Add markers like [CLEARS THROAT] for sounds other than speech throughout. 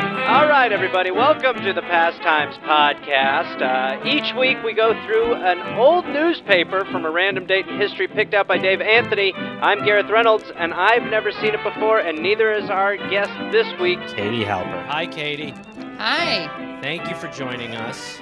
right, everybody, welcome to the Pastimes Podcast. Uh, each week we go through an old newspaper from a random date in history picked out by Dave Anthony. I'm Gareth Reynolds, and I've never seen it before, and neither is our guest this week. Katie Halper. Hi, Katie. Hi. Thank you for joining us.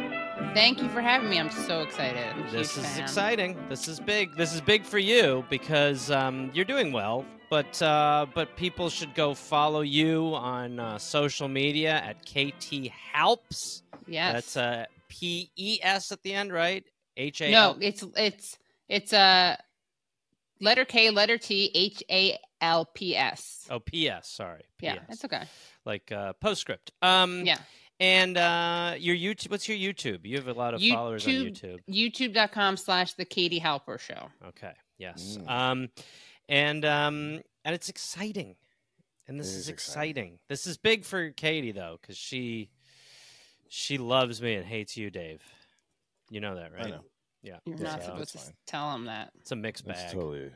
Thank you for having me. I'm so excited. I'm a This huge is fan. exciting. This is big. This is big for you because um, you're doing well. But uh, but people should go follow you on uh, social media at KT Halps. Yes. That's uh, P E S at the end, right? H A. no, it's it's it's uh, letter K, letter T, H A L P S. Oh, P E S. Sorry. Yeah, PS, that's okay. like uh, postscript. Um, Yeah. And uh, your YouTube. What's your YouTube? You have a lot of followers on YouTube. YouTube. YouTube.com slash the Katie Halper Show. Okay. Yes. Mm. Um, and um, and it's exciting, and this It is, is exciting. exciting. This is big for Katie though, because she she loves me and hates you, Dave. You know that, right? I know. Yeah. You're Yeah, not that's supposed to s- fine. tell them that. It's a mixed bag. That's totally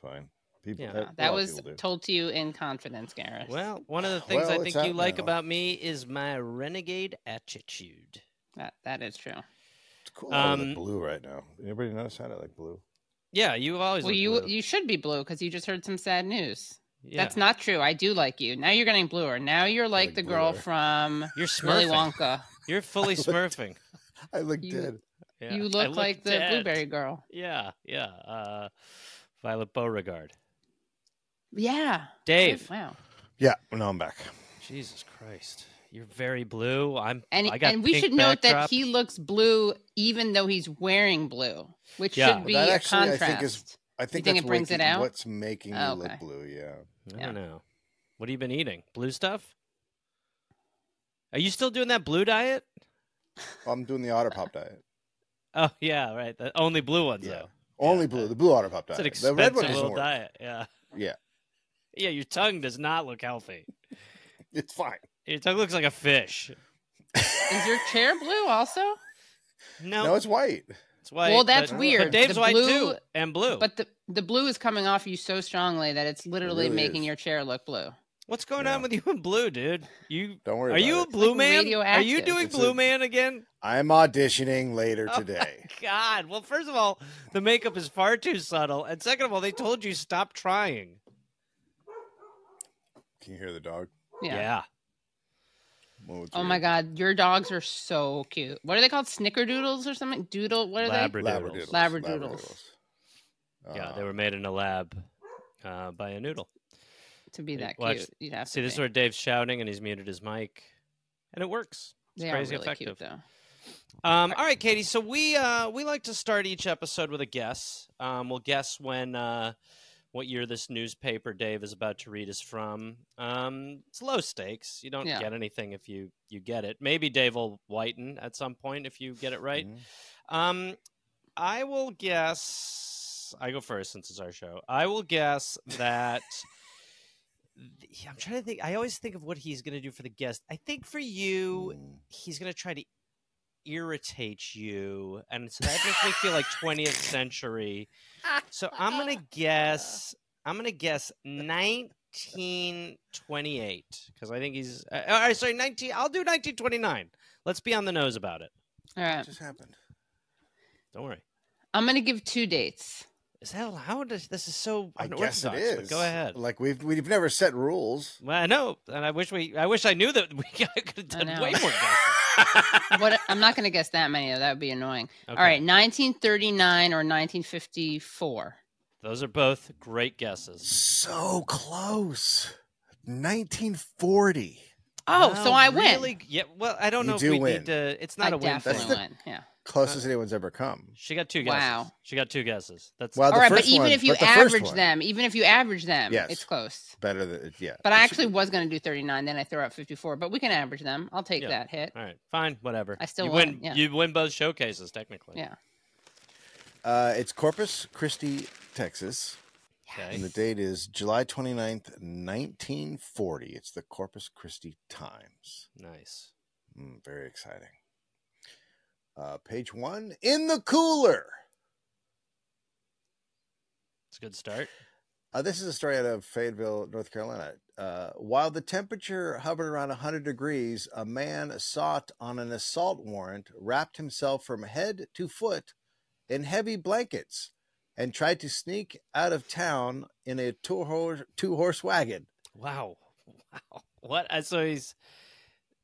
fine. People, Yeah. uh, No, a that lot of was people do. told to you in confidence, Gareth. Well, one of [SIGHS] the things Well, I it's think you out like now. about me is my renegade attitude. that, that is true. It's cool. I um, look blue right now. Anybody notice how I look blue? Yeah, you always. Well, look you blue. you should be blue because you just heard some sad news. Yeah. That's not true. I do like you. Now you're getting bluer. Now you're like, like the girl bluer. from You're Willy smurfing. Wonka. [LAUGHS] You're [LAUGHS] fully looked- smurfing. I look You- dead. Yeah. You I look like the dead. blueberry girl. Yeah, yeah. Uh, Violet Beauregard. Yeah. Oh, Dave. Wow. Yeah, no, I'm back. Jesus Christ, you're very blue. I'm. And I got and we pink should note backdrop. that he looks blue even though he's wearing blue, which Yeah. should be That a actually, I contrast. think, is- I think think, that's it brings waking- it out? What's making Oh, you okay. look blue? Yeah. I Yeah. don't know. What have you been eating? Blue stuff. Are you still doing that blue diet? Well, I'm doing the otter pop diet. [LAUGHS] Oh yeah, right. The only blue ones Yeah. though. Only Yeah, blue, that- the blue otter pop It's an diet. the red expensive one doesn't little work. diet. Yeah. Yeah. Yeah, your tongue does not look healthy. It's fine. Your tongue looks like a fish. Is your chair blue also? No, no, it's white. it's white. well, that's but- weird. But Dave's The white blue- too, and blue. But But the the blue is coming off you so strongly that it's literally really making is. your chair look blue. what's going Yeah. on with you and blue, dude? You Don't worry. are about you a it. blue like man? Are you radioactive. doing It's blue a- man again? I'm auditioning later Oh my today. God. Well, first of all, the makeup is far too subtle, and second of all, they told you stop trying. Can you hear the dog? Yeah. Well, it's Oh my weird. god, your dogs are so cute. What are they called? Snickerdoodles or something? Doodle? What are they? Labradoodles. Labradoodles. Yeah, Uh, they were made in a lab uh, by a noodle. To be Wait, that watch. cute, you'd have See, to this is be. where Dave's shouting, and he's muted his mic, and it works. they crazy are really effective. cute though. Um, all right, Katie. So we uh, we like to start each episode with a guess. Um, we'll guess when uh, what year this newspaper Dave is about to read is from. Um, it's low stakes. You don't Yeah. get anything if you you get it. Maybe Dave will whiten at some point if you get it right. mhm. Um, I will guess. I go first since it's our show. I will guess that. Yeah, I'm trying to think. I always think of what he's going to do for the guest. I think for you, Mm. he's going to try to irritate you, and so that makes me feel like 20th century. So I'm going to guess. I'm going to guess 1928 because I think he's. Uh, all right, sorry, 19. I'll do 1929. Let's be on the nose about it. All right, What just happened? Don't worry. I'm gonna give two dates. Is that how does this is so I unorthodox? guess it is. But go ahead. Like we've we've never set rules. Well, I know, and I wish we. I wish I knew that we [LAUGHS] could have I done know. way more [LAUGHS] guesses. What? I'm not gonna guess that many. though. That would be annoying. Okay. All right, 1939 or 1954. those are both great guesses. So close. 1940. Oh, so I win. really? Yeah. Well, I don't You know if do we win. need to. It's I not a win. definitely thing. That's win. Yeah. Uh, Closest anyone's ever come. She got two guesses. Wow. She got two guesses. That's Well, All the right, but first even one- if you but the first average one. them, even if you average them, Yes. it's close. better than yeah. But I It should actually was gonna do 39, then I threw out 54. But we can average them. I'll take Yeah. that hit. all right. Fine. Whatever. I still you won, win. yeah. You win both showcases technically. Yeah. be- uh, it's Corpus Christi, Texas, Okay. and the date is July 29th, 1940. It's the Corpus Christi Times. Nice. Mm, very exciting. Uh, page one in the cooler. It's a good start. Uh, this is a story out of Fayetteville, North Carolina. Uh, while the temperature hovered around 100 degrees, a man sought on an assault warrant wrapped himself from head to foot in heavy blankets and tried to sneak out of town in a two horse, two horse wagon. Wow. [LAUGHS] Wow. What? Uh, So he's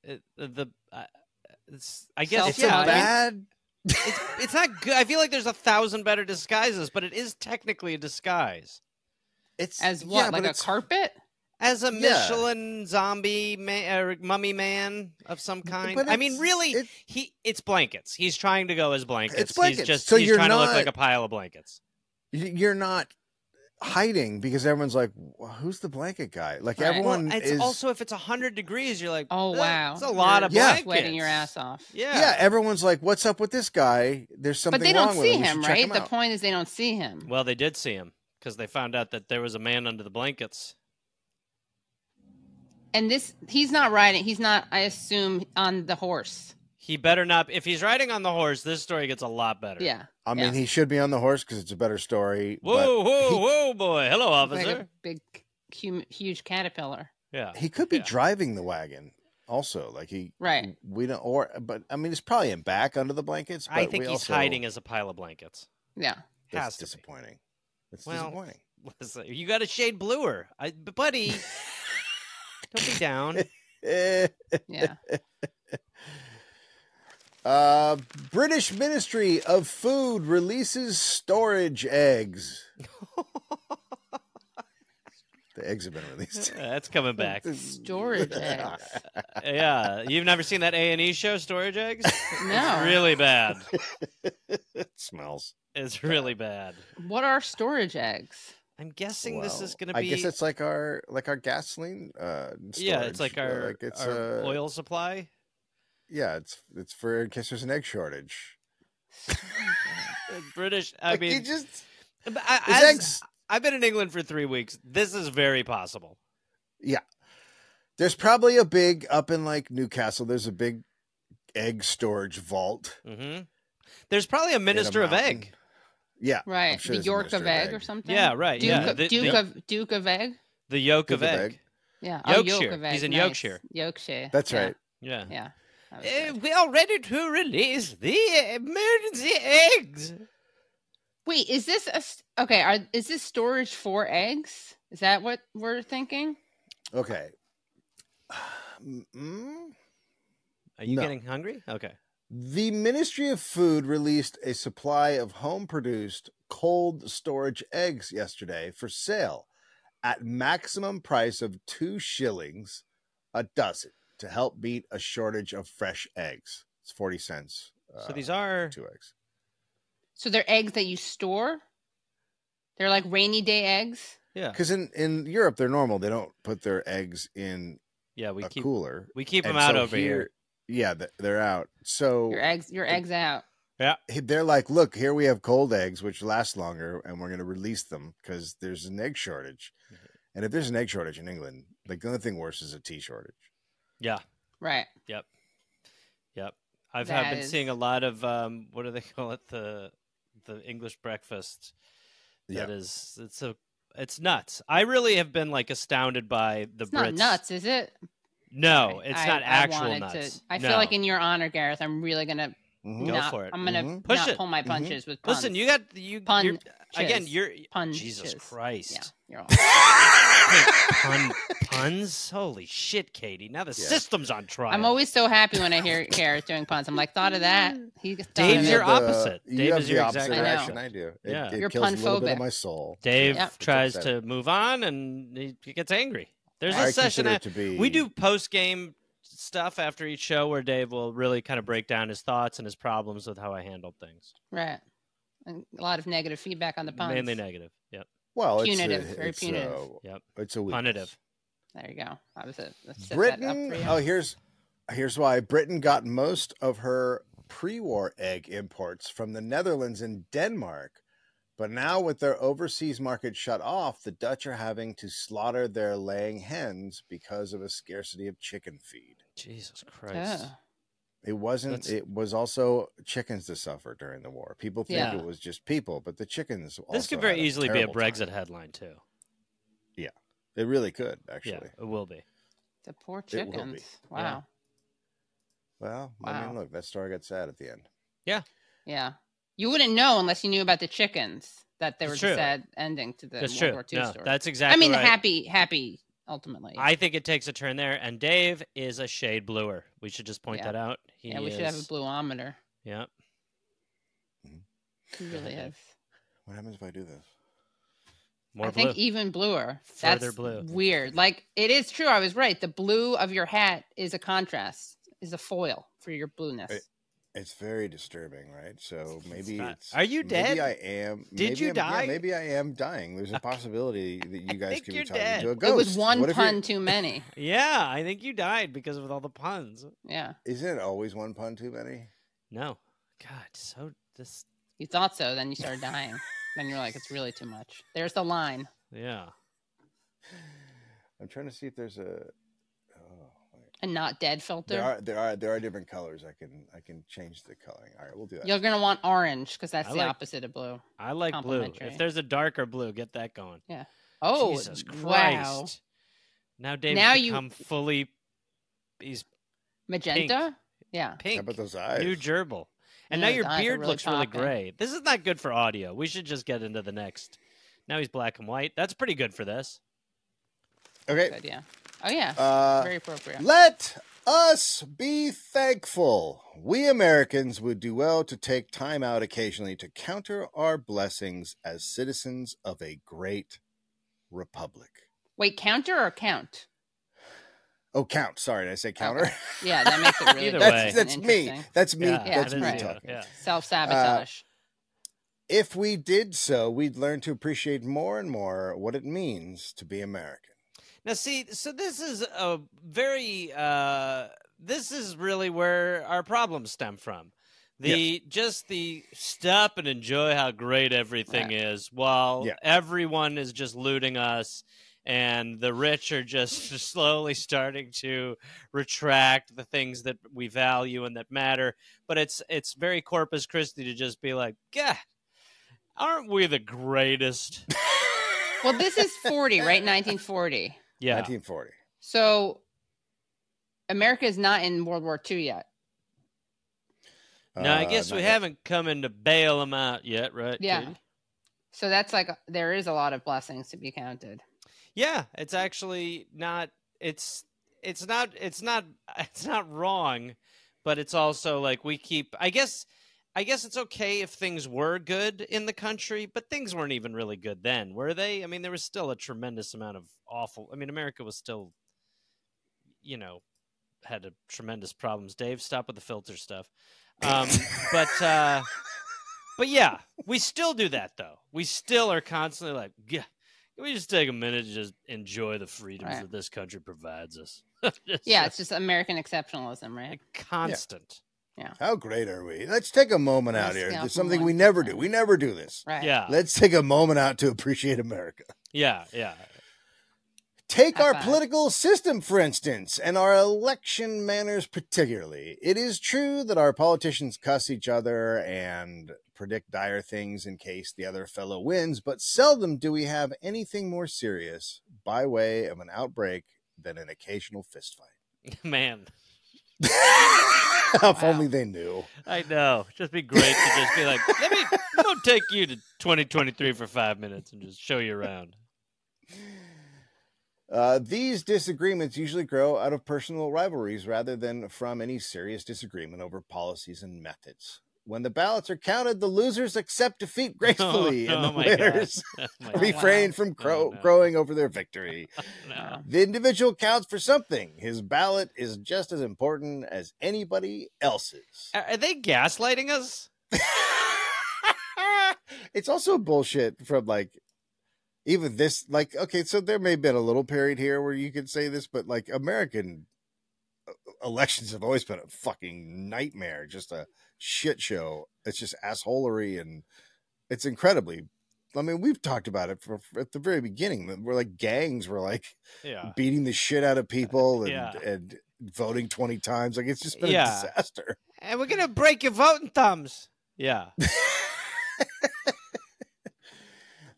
uh, the. Uh, it's, I guess It's That's yeah. a I mean, bad. it's not good. I feel like there's a thousand better disguises, but it is technically a disguise It's As yeah, what? but like a it's- carpet? as a Yeah. Michelin zombie man, or mummy man of some kind. but I mean, it's- really, it- he it's blankets. He's trying to go as blankets. blankets. He's just So he's you're trying to look not- like a pile of blankets. y- you're not hiding because everyone's like, "Wh- who's the blanket guy? Like Right. Well, Well, everyone it's is also if it's hundred degrees, you're like, Oh "Eh, wow. it's a lot of You're blankets. sweating your ass off. yeah. Yeah, everyone's like, what's up with this guy? There's something But they don't wrong with see him. We should him, check right? him the out." point is they don't see him. Well, they did see him because they found out that there was a man under the blankets. and this he's not riding, he's not I assume on the horse. He better not. If he's riding on the horse, this story gets a lot better. Yeah. I mean, Yeah. he should be on the horse because it's a better story. Whoa, whoa, he- whoa, boy! Hello, Like officer. a big hum, huge caterpillar. Yeah. But he could be Yeah. driving the wagon also. Like he, Right. we don't, or, but I mean, it's probably in back under the blankets. But I think we he's also, hiding as a pile of blankets. [LAUGHS] Mm. Yeah. That's Has to be. disappointing. It's Well, disappointing. Listen, you got a shade bluer, I, but [LAUGHS] buddy. don't be down. Eh. Yeah. Uh, British Ministry of Food releases storage eggs. The eggs have been released. [LAUGHS] That's coming back. Uh, Storage eggs. Yeah, you've never seen that A and E show, Storage [LAUGHS] Eggs? No. It's really bad. [LAUGHS] it smells. It's really bad. What are storage eggs? I'm guessing this is Well, going to I be. guess it's like our like our gasoline. Uh, storage. yeah, it's like Uh, our, it's our uh, oil supply. Yeah, it's it's for in case there's an egg shortage. Uh, British. I Like, you mean, just but I, it's as- eggs. I've been in England for three weeks. This is very possible. There's probably a big up in like Newcastle. There's a big egg storage vault. hmm There's probably a in a minister of mountain. egg. Yeah, Right. sure the there's a York minister of of egg, egg. or something? Yeah, right. Duke, yeah, of, the, Duke, the, of, Duke of egg? the yolk of Duke egg. Yeah. Oh, Yolk Yorkshire. of egg. He's in nice. Yorkshire. Yorkshire. That's yeah. right. Yeah. Yeah. That was Uh, good. we are ready to release the emergency eggs. Wait, is this a s- okay? Are is this storage for eggs? Is that what we're thinking? Okay. [SIGHS] Mm, Are you No. getting hungry? Okay. The Ministry of Food released a supply of home produced cold storage eggs yesterday for sale at maximum price of two shillings a dozen to help beat a shortage of fresh eggs. It's 40 cents. So these uh, are two eggs. So they're eggs that you store. They're like rainy day eggs. yeah. Because in, in Europe, they're normal. They don't put their eggs in Yeah, we a keep cooler. we keep them And out so over here. Yeah, th- they're out. So Your eggs, your it- eggs out. he- they're like, look, here we have cold eggs, which last longer, and we're going to release them because there's an egg shortage. And if there's an egg shortage in England, like the only thing worse is a tea shortage. Yeah. Right. Yep. I've, I've That been seeing a is- lot of um, what do they [LAUGHS] call it? The the English breakfast. That is it's a it's nuts. I really have been like astounded by the It's Brits. not nuts, is it? No, Sorry, Oh, it's I- not I actual wanted nuts. To, I No. feel like in your honor, Gareth, I'm really gonna Mhm. Go not. for it. Mm-hmm. I'm gonna Mhm. Push not it. pull my Mhm. punches with puns. Listen, you got you Pun- you're, again. chiz. You're pun. Jesus shiz. Yeah, [LAUGHS] Christ. you're all. Pun, puns. Holy shit, Katie. Now the Yeah. system's on trial. I'm always so happy when I hear Gareth doing puns. I'm like, thought of that. [LAUGHS] He thought of You [LAUGHS] Dave's it. have your the- opposite. You Dave have is the your opposite exact reaction opposite. I do. It, Yeah. it You're kills a little bit punphobic. of my soul. Dave Yeah. tries It's to upsetting. move on, and he he gets angry. There's a I session. consider After, it to be. We do post game stuff after each show where Dave will really kind of break down his thoughts and his problems with how I handled things. Right. And a lot of negative feedback on the puns. Mainly negative. Yep. well. punitive, it's a, very it's punitive. A, Yep. It's a weakness. Punitive. There you go. I was a let's set that up Britain. for you. Oh, here's here's why Britain got most of her pre-war egg imports from the Netherlands and Denmark, but now with their overseas market shut off, the Dutch are having to slaughter their laying hens because of a scarcity of chicken feed. Jesus Christ. Oh. It wasn't. That's- It was also chickens that suffer during the war. People think Yeah. it was just people, but the chickens. This also could very had a easily be a terrible time. Brexit headline too. It really could, actually. Yeah, it will be. The poor It will chickens. be. Wow. Well, I mean, Wow. look, that story got sad at the end. Yeah. You wouldn't know unless you knew about the chickens that there That's was a true. sad ending to the That's World true. War II No, story. that's exactly. I mean, right. the happy, happy, ultimately. I think it takes a turn there, and Dave is a shade bluer. We should just point Yeah. that out. He yeah, we is, should have a bluometer. Yeah, He really is. What happens if I do this? more I blue. think even bluer. Further That's blue. Weird. Like it is true. I was right. The blue of your hat is a contrast, is a foil for your blueness. It- It's very disturbing, right? So maybe not- it's. Are you dead? Maybe I am. Did maybe you I'm- yeah, die? maybe I am dying. There's a possibility that you guys think could you're be talking dead. to a it ghost. was one What if you're- pun too many. yeah, I think you died because of all the puns. Yeah, Isn't it always one pun too many? No, God, so this. you thought so. Then you started dying. then you're like, it's really too much. There's the line. Yeah, I'm trying to see if there's a. Oh, wait. A not dead filter. There are there are there are different colors. I can I can change the coloring. All right, we'll do that. You're gonna want orange because that's I the like- opposite of blue. I like blue. Complimentary. If there's a darker blue, get that going. Oh, Jesus Christ! wow! Now Dave Now you- become fully. He's Magenta. Yeah. How pink. about those eyes? New gerbil. And now Yeah, his your eyes are beard really looks really popping. gray. This is not good for audio. We should just get into the next. Now he's black and white. That's pretty good for this. okay. Good. Yeah. Oh yeah. Uh, Very appropriate. Let us be thankful. We Americans would do well to take time out occasionally to counter our blessings as citizens of a great republic. Wait, counter or count? Oh, count. Sorry, did I say counter? Yeah, that [LAUGHS] makes it really Oh, Either different way. [LAUGHS] that's and that's me. Uh, interesting. That's me. Yeah, Yeah, that's it is me right. you. talking. Yeah. Self sabotage. If we did so, we'd learn to appreciate more and more what it means to be American. Now see, so this is a very uh this is really where our problems stem from. The just the stop and enjoy how great everything is while Yeah. everyone is just looting us and the rich are just [LAUGHS] slowly starting to retract the things that we value and that matter. But it's it's very Corpus Christi to just be like, God, aren't we the [LAUGHS] greatest? well, this is 40, right? 1940. Yeah. 1940. So America is not in World War II yet. No, I Uh, guess we not yet. haven't come in to bail them out yet, right? Yeah. Katie? So that's like there is a lot of blessings to be counted. Yeah, it's actually not it's it's not it's not [LAUGHS] it's not wrong, but it's also like we keep I guess I guess it's okay if things were good in the country, but things weren't even really good then, were they? I mean, there was still a tremendous amount of awful. I mean, America was still you know, had a tremendous problems. Dave, stop with the filter stuff. Um but uh but yeah we still do that though we still are constantly like yeah can we just take a minute to just enjoy the freedoms Right. that this country provides us Yeah, it's just American exceptionalism, right? Like, constant How great are we? Let's take a moment out Let's here. take It's a something moment. we never do. We never do this. Right. yeah yeah Let's take a moment out to appreciate America. yeah yeah [LAUGHS] Take High our five. political system, for instance, and our election manners, particularly. It is true that our politicians cuss each other and predict dire things in case the other fellow wins, but seldom do we have anything more serious by way of an outbreak than an occasional fistfight. man [LAUGHS] if Wow. only they knew. i know just be great to just be like let me I'm gonna take you to 2023 for five minutes and just show you around [LAUGHS] Uh, these disagreements usually grow out of personal rivalries rather than from any serious disagreement over policies and methods. When the ballots are counted, the losers accept defeat gracefully, [LAUGHS] Oh, and oh the my God. winners Oh my Oh, God. [LAUGHS] refrain from crow- Oh, no. crowing over [LAUGHS] their victory. No. the individual counts for something. His ballot is just as important as anybody else's. Are- are they gaslighting us [LAUGHS] it's also bullshit from like even this like okay so there may have been a little period here where you could say this but like american uh, elections have always been a fucking nightmare just a shit show it's just assholery and it's incredibly i mean we've talked about it for, at the very beginning that we're like gangs were like yeah beating the shit out of people [LAUGHS] and Yeah. and voting 20 times like it's just been Yeah. a disaster and we're gonna break your voting thumbs yeah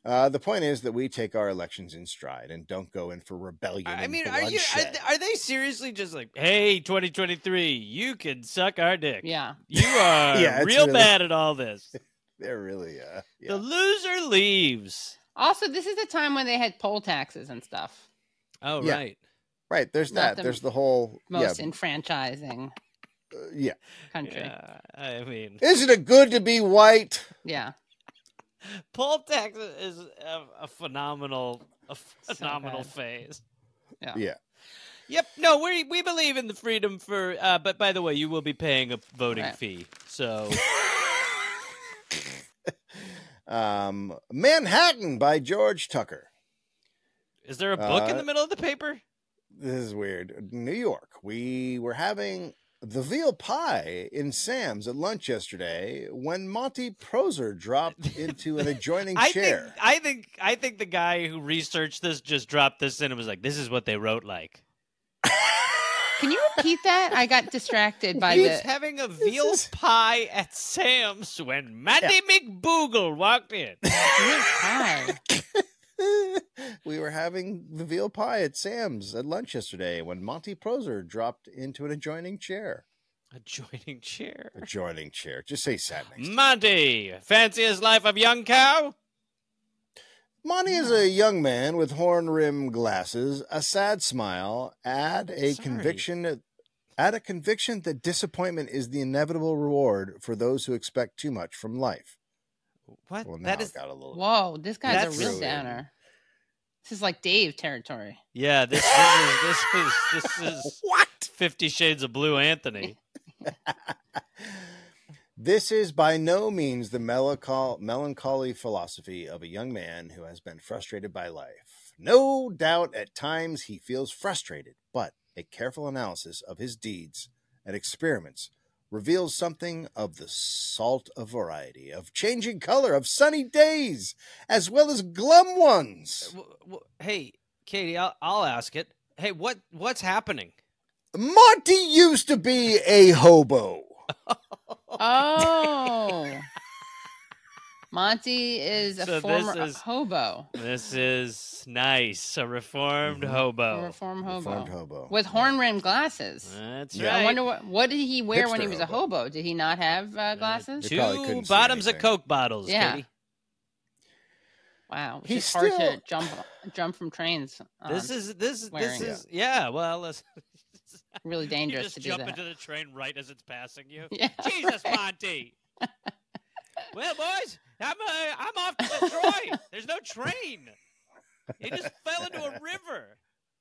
Uh, the point is that we take our elections in stride and don't go in for rebellion. I I and mean, are you are, bloodshed. th- are they seriously just like, hey, 2023, you can suck our dick. Yeah. You are [LAUGHS] Yeah, it's real really- bad at all this. They're really, uh, [LAUGHS] yeah. The loser leaves. Also, this is a time when they had poll taxes and stuff. Oh Yeah. right. right. There's Not that. the There's the whole, yeah, Most enfranchising uh, yeah. country. Yeah. Yeah, I mean, Isn't it good to be white? [LAUGHS] poll tax is a, a phenomenal, a phenomenal bad. phase. Yeah. Yeah. Yep. No, we we believe in the freedom for. Uh, but by the way, you will be paying a voting Right. fee. So Um, Manhattan by George Tucker. is there a book in Uh, the middle of the paper? This is weird. New York. We were having the veal pie in Sam's at lunch yesterday when Monty [LAUGHS] Proser dropped into an adjoining I think [LAUGHS] chair. I think I think the guy who researched this just dropped this in and was like, "This is what they wrote like." Can you repeat that? I got distracted by He's the. having a veal is- pie at Sam's when Matty McBoogle walked in. [LAUGHS] Hi. [LAUGHS] we were having the veal pie at Sam's at lunch yesterday when Monty Proser dropped into an adjoining chair. Adjoining chair. Adjoining chair. Just say sat next. to Monty, fanciest life of young cow? Monty is a young man with horn rimmed glasses, a sad smile, add a Sorry. conviction add a conviction that disappointment is the inevitable reward for those who expect too much from life. What? Well now that it is. got a little Whoa, this guy's That's a real really- downer. This is like Dave territory. [LAUGHS] Yeah, this, this is this is this is [LAUGHS] What? Fifty Shades of Blue [LAUGHS] Anthony. This is by no means the melanchol- melancholy philosophy of a young man who has been frustrated by life. No doubt at times he feels frustrated, but a careful analysis of his deeds and experiments reveals something of the salt of variety, of changing color, of sunny days, as well as glum ones. W- w- hey, Katie, I'll, I'll ask it. Hey, what what's happening? Monty used to be a hobo. Oh. [LAUGHS] Monty is a So this former is- hobo, This is nice. A reformed Mhm. a Oh, hobo. reform hobo, Reformed hobo. with horn rimmed glasses. That's Yeah. right. I wonder what what did he wear when Hipster he was a hobo. hobo? Did he not have uh, Uh, glasses? They probably Two couldn't see bottoms of anything. Coke bottles, Yeah. Katie. Wow, which He's is hard still- to jump jump from trains. um, On. This is this this oh, wearing- is yeah. Well, let's, [LAUGHS] really you dangerous just to do jump that. into the train right as it's passing you. [LAUGHS] yeah, Jesus, right. Monty. well, boys, I'm uh, I'm off to Detroit. There's no train. It just fell into a river.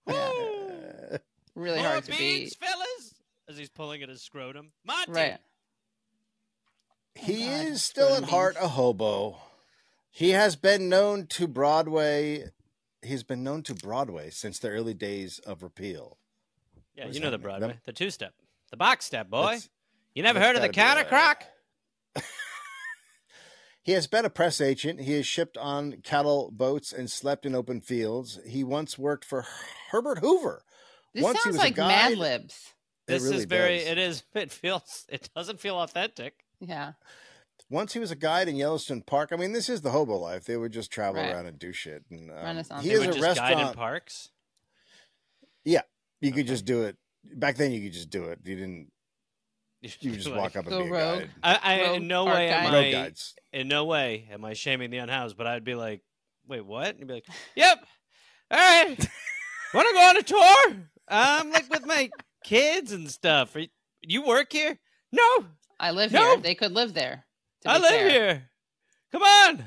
Yeah. Woo! really More hard to be beans, fellas. As he's pulling at his scrotum, Monty. right. He Oh, God, is still at Jordan heart Beef. a hobo. He has been known to Broadway. He's been known to Broadway since the early days of repeal. Yeah, What you does know that the mean? Broadway, Them- the two-step, the box step, boy. That's- you never that's heard of the counter gotta be a- crock? He has been a press agent. He has shipped on cattle boats and slept in open fields. He once worked for Herbert Hoover. This Once he sounds was a like Mad guide- Libs. It This really is very. does. It is. [LAUGHS] It feels. It doesn't feel authentic. Yeah, Once he was a guide in Yellowstone Park. I mean, this is the hobo life. They would just travel Right. around and do shit. And, um, Renaissance he They is would a just guide in restaurant. parks. You could just do it. Back then, you could just do it. You didn't. You [LAUGHS] just walk up and Go be a rogue. guide. I, I Rogue in no park way am guide. Road I guides. in no way am I shaming the unhoused, but I'd be like, wait, what? And you'd be like, yep, all right, [LAUGHS] want to go on a tour? I'm like with my kids and stuff. Are you, you work here? No, I live No. here. They could live there. to I be live fair. here. Come on.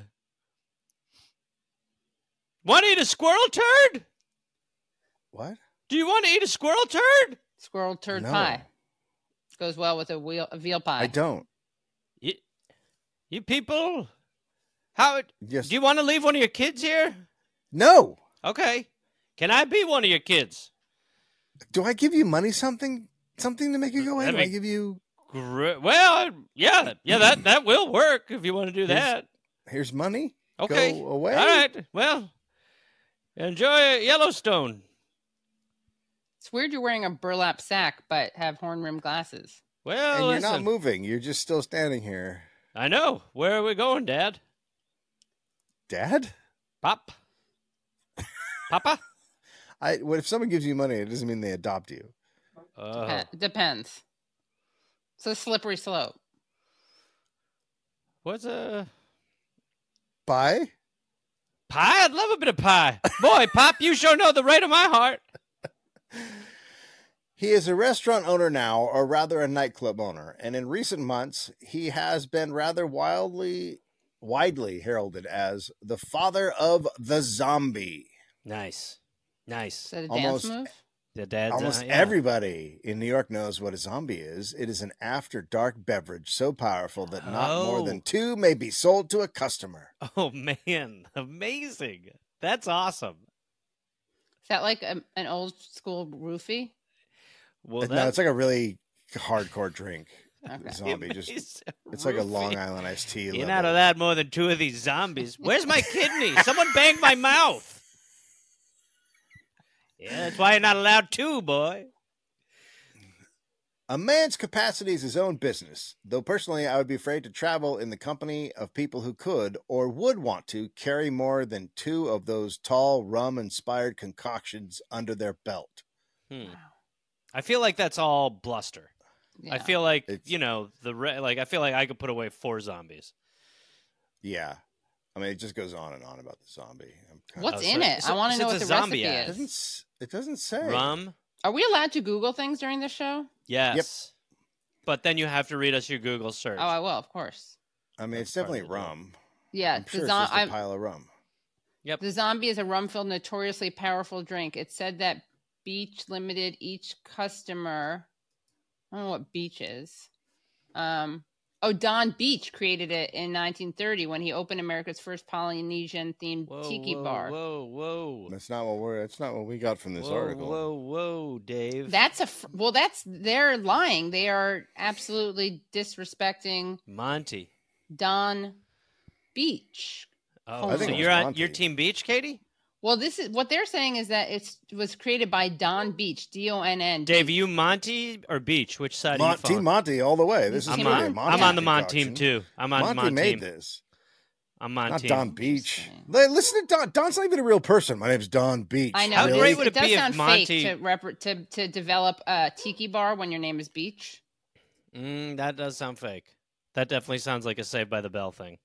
Want to eat a squirrel turd? What? Do you want to eat a squirrel turd? Squirrel turd No. pie goes well with a, wheel, a veal pie. I don't. You, you people, how Yes. do you want to leave one of your kids here? no. Okay. Can I be one of your kids? Do I give you money? Something? Something to make you go away? That'd Do I be- give you? Gr- well, yeah, yeah, that that will work if you want to do that. Here's money. Okay. Go away. All right. Well, enjoy Yellowstone. It's weird you're wearing a burlap sack but have horn rimmed glasses. Well, And you're Oh, listen, not moving. You're just still standing here, I know. Where are we going, Dad? Dad. Pop. [LAUGHS] Papa? I what if someone gives you money, it doesn't mean they adopt you. Oh. Depen- Depends. It's a slippery slope. What's uh, a Bye. pie? I'd love a bit of pie. Boy, Pop, you sure know the right of my heart. He is a restaurant owner now, or rather a nightclub owner, and in recent months he has been rather wildly widely heralded as the father of the zombie. Nice. Nice. Is that a Almost- dance move? The dad's Almost uh, yeah. everybody in New York knows what a zombie is. It is an after dark beverage so powerful that not more Oh. than two may be sold to a customer. [LAUGHS] Oh man, amazing! That's awesome. Is that like a, an old school roofie? Well, no, it's like a really [LAUGHS] hardcore drink. Okay. Zombie just it's like a Long Island iced tea. In level. out of that, more than two of these zombies. Where's my kidney? Someone banged my mouth. Yeah, that's why you're not allowed two, boy. A man's capacity is his own business, though personally I would be afraid to travel in the company of people who could or would want to carry more than two of those tall rum inspired concoctions under their belt. Hmm. I feel like that's all bluster. I Yeah. feel like It's- you know the re- like. I feel like I could put away four zombies. Yeah. I mean it just goes on and on about the zombie. I'm kinda- What's Oh, so in it? it's a- I want it's to know a what the zombie recipe ad. it is. doesn't s- it doesn't say. Rum, Are we allowed to Google things during the show? yes. But then you have to read us your Google search. Oh, I will, of course. I mean it's That's part of definitely the deal. rum. Yeah, I'm the, sure it's zo- just a I'm- pile of rum. yep. the zombie is a rum-filled, notoriously powerful drink. It said that Beach limited each customer. I don't know what Beach is. Um, oh, Don Beach created it in 1930 when he opened America's first Polynesian-themed Whoa, tiki whoa, bar. Whoa, whoa. That's not what we're that's not what we got from this whoa, article. Whoa, whoa, Dave. That's a fr- well. That's they're lying. They are absolutely disrespecting Monty. Don Beach. Oh, I think so it you're was on your Monty. team beach, Katie? Well, this is what they're saying is that it's was created by Don Beach, D O N N. Dave, are you Monty or beach? Which side are you Monty following? Monty all the way. This is I'm clearly a on- Monty I'm on the Mon team concoction. too. I'm on Monty, the Mon made team. this. I'm on Not team. Don Beach. Interesting. Li- Listen to Don. Don's not even a real person. My name's Don Beach. I know. How but great it's- would it does be if sound Monty- fake to, rep- to to develop a tiki bar when your name is Beach? Mm, that does sound fake. That definitely sounds like a Saved by the Bell thing.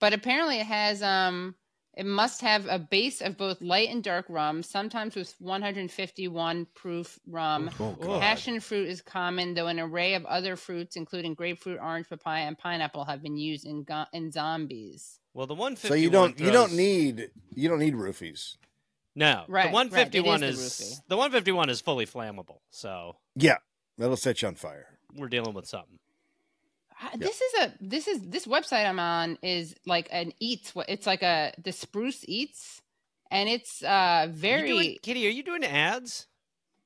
But apparently, it has um, it must have a base of both light and dark rum, sometimes with 151 proof rum. Oh, God. um, Passion fruit is common, though an array of other fruits, including grapefruit, orange, papaya, and pineapple, have been used in go- in zombies. Well, the 151. So you don't you don't throws- need you don't need roofies. no. Right, right, The it 151 is the is the 151 is fully flammable. So Yeah, that'll set you on fire. we're dealing with something. I- Ah, This is a this is this website I'm on is like an eats. we- It's like a the Spruce Eats, and it's uh Are you very. doing- Katie, are you doing ads?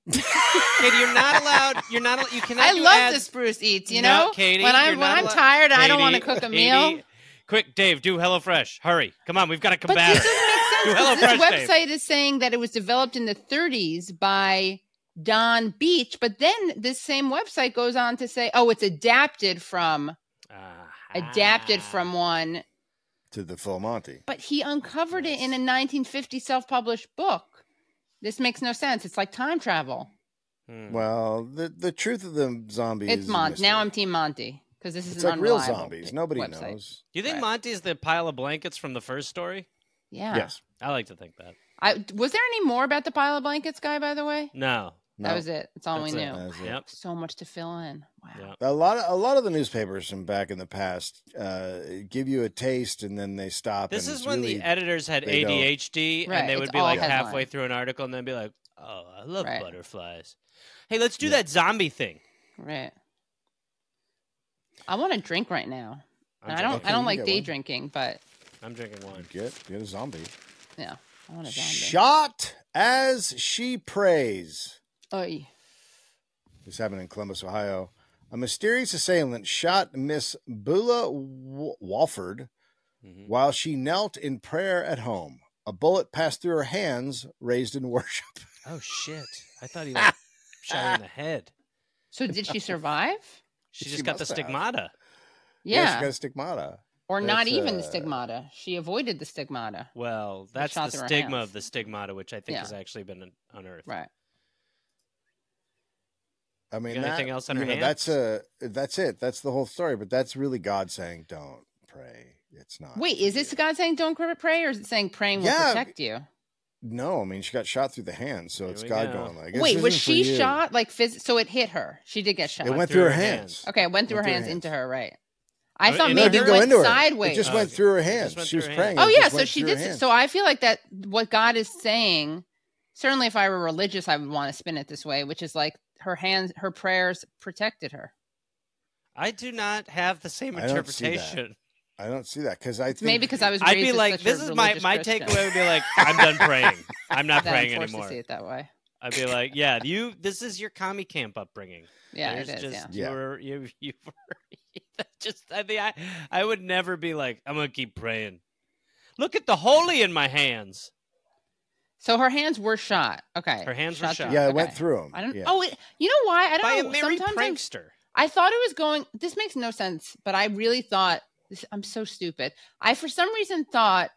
[LAUGHS] Katie, you're not allowed. You're not. al- You cannot. I do love ads. the Spruce Eats. You No, know, Katie, when you're I'm when not I'm allo- tired, I don't want to Katie, cook a Katie, meal. Quick, Dave, do HelloFresh. Hurry. Come on, we've got to But combat this her. doesn't make [LAUGHS] sense. Do 'cause This HelloFresh, Dave. website is saying that it was developed in the 30s by Don Beach, but then this same website goes on to say, "Oh, it's adapted from adapted Ah. from one," to the full Monty. but he uncovered it in Nice. a 1950 self-published book. This makes no sense. It's like time travel. Hmm. Well, the the truth of the zombie. It's is a Monty. mystery. Now I'm Team Monty because this is It's an like real unreliable zombies. bit- Nobody website. knows. Do you think Right. Monty's the pile of blankets from the first story? Yeah. Yes. I like to think that. I was there any more about the pile of blankets guy, by the way? No. That No, was it. That's all That's we it. knew. that was it. Yep. So much to fill in. Wow. Yeah. A lot of a lot of the newspapers from back in the past uh, give you a taste and then they stop. This and is it's when really, the editors had they don't- ADHD Right, and they it's would be all like headline. halfway through an article and then be like, "Oh, I love Right. butterflies." Hey, let's do Yeah. that zombie thing. Right. I want to drink right now. And I'm I drinking- don't I Okay, don't you like get day one. drinking, but I'm drinking wine. get get a zombie. yeah. I want a zombie. Shot as she prays. Oy. This happened in Columbus, Ohio. A mysterious assailant shot Miss Bula W- Walford Mhm. while she knelt in prayer at home. A bullet passed through her hands, raised in [LAUGHS] worship. Oh shit! I thought he [LAUGHS] like shot her in the head. So did she survive? She She [LAUGHS] just got the must have. stigmata. Yeah. she got a stigmata. or not That's, even the uh, stigmata. She avoided the stigmata. Well, that's the shot through her stigma hands. of the stigmata, which I think Yeah. has actually been un- unearthed. Right. I mean, Got that, anything else on you her know, hands? That's a that's it. That's the whole story. But that's really God saying, "Don't pray." It's not. Wait, for is this you." God saying don't cr- pray, or is it saying praying will Yeah. protect you? No, I mean she got shot through the hand, so Here it's we God go. going like. This Wait, was isn't for she you." shot? Like, phys- so it hit her. She did get shot. It went through her hands. okay, it went through her hands into her. Right. I Oh, thought it maybe didn't it go went into her. It sideways. It just Oh, went okay. through her just hands. went She was through her praying. hands. oh it yeah, just so went she through her did. s- hands. So I feel like that what God is saying. Certainly, if I were religious, I would want to spin it this way, which is like her hands, her prayers protected her. I do not have the same I don't see that. interpretation. I don't see that because I think Maybe because I was. I'd raised be as like, such a this is my religious my Christian takeaway would be like, I'm [LAUGHS] done praying. I'm not that I'm praying forced anymore. To see it that way. I'd be like, yeah, you. This is your commie camp upbringing. Yeah, There's it is. just yeah. yeah. Yeah. your- you [LAUGHS] you were [LAUGHS] that just I mean I I would never be like I'm gonna keep praying. Look at the holy in my hands. So her hands were shot. Okay. Her hands were shot. yeah, it okay. went through him. I don't. Yeah. Oh, it, you know why? I don't. By know. a merry Sometimes I- prankster. I thought it was going. This makes no sense, but I really thought this, I'm so stupid. I for some reason thought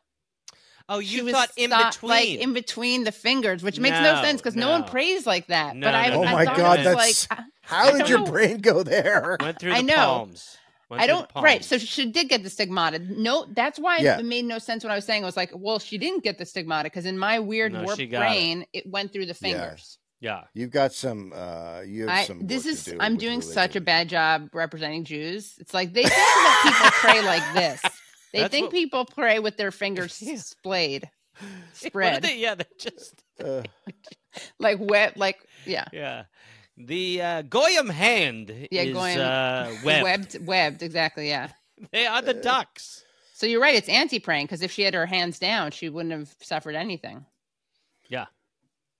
Oh, she you was thought in stop- between. like in between the fingers, which makes no, No, sense because no. one no. prays like that. No, but I, no, no, I Oh my thought God, it was that's- like I- How did don't your know. brain [LAUGHS] go there? Went through I the know. palms. Went I through the don't right. palms. So she did get the stigmata. No, that's why Yeah. it made no sense when I was saying I was like, well, she didn't get the stigmata because in my weird No, she warped got it. brain, it. went through the Yeah. fingers. [LAUGHS] yeah. You've got some. Uh, you have I, some. this work is to do I'm with doing such a religion. bad job representing Jews. It's like they think that people pray like this. They That's think what- people pray with their fingers Yeah. splayed, What did [LAUGHS] spread, they- yeah, they just Uh, like wet, like yeah, yeah. The uh, Goyam hand Yeah, is Goyim- [LAUGHS] uh, webbed. webbed, webbed, exactly, yeah. They are the ducks. So you're right. It's anti-praying because if she had her hands down, she wouldn't have suffered anything.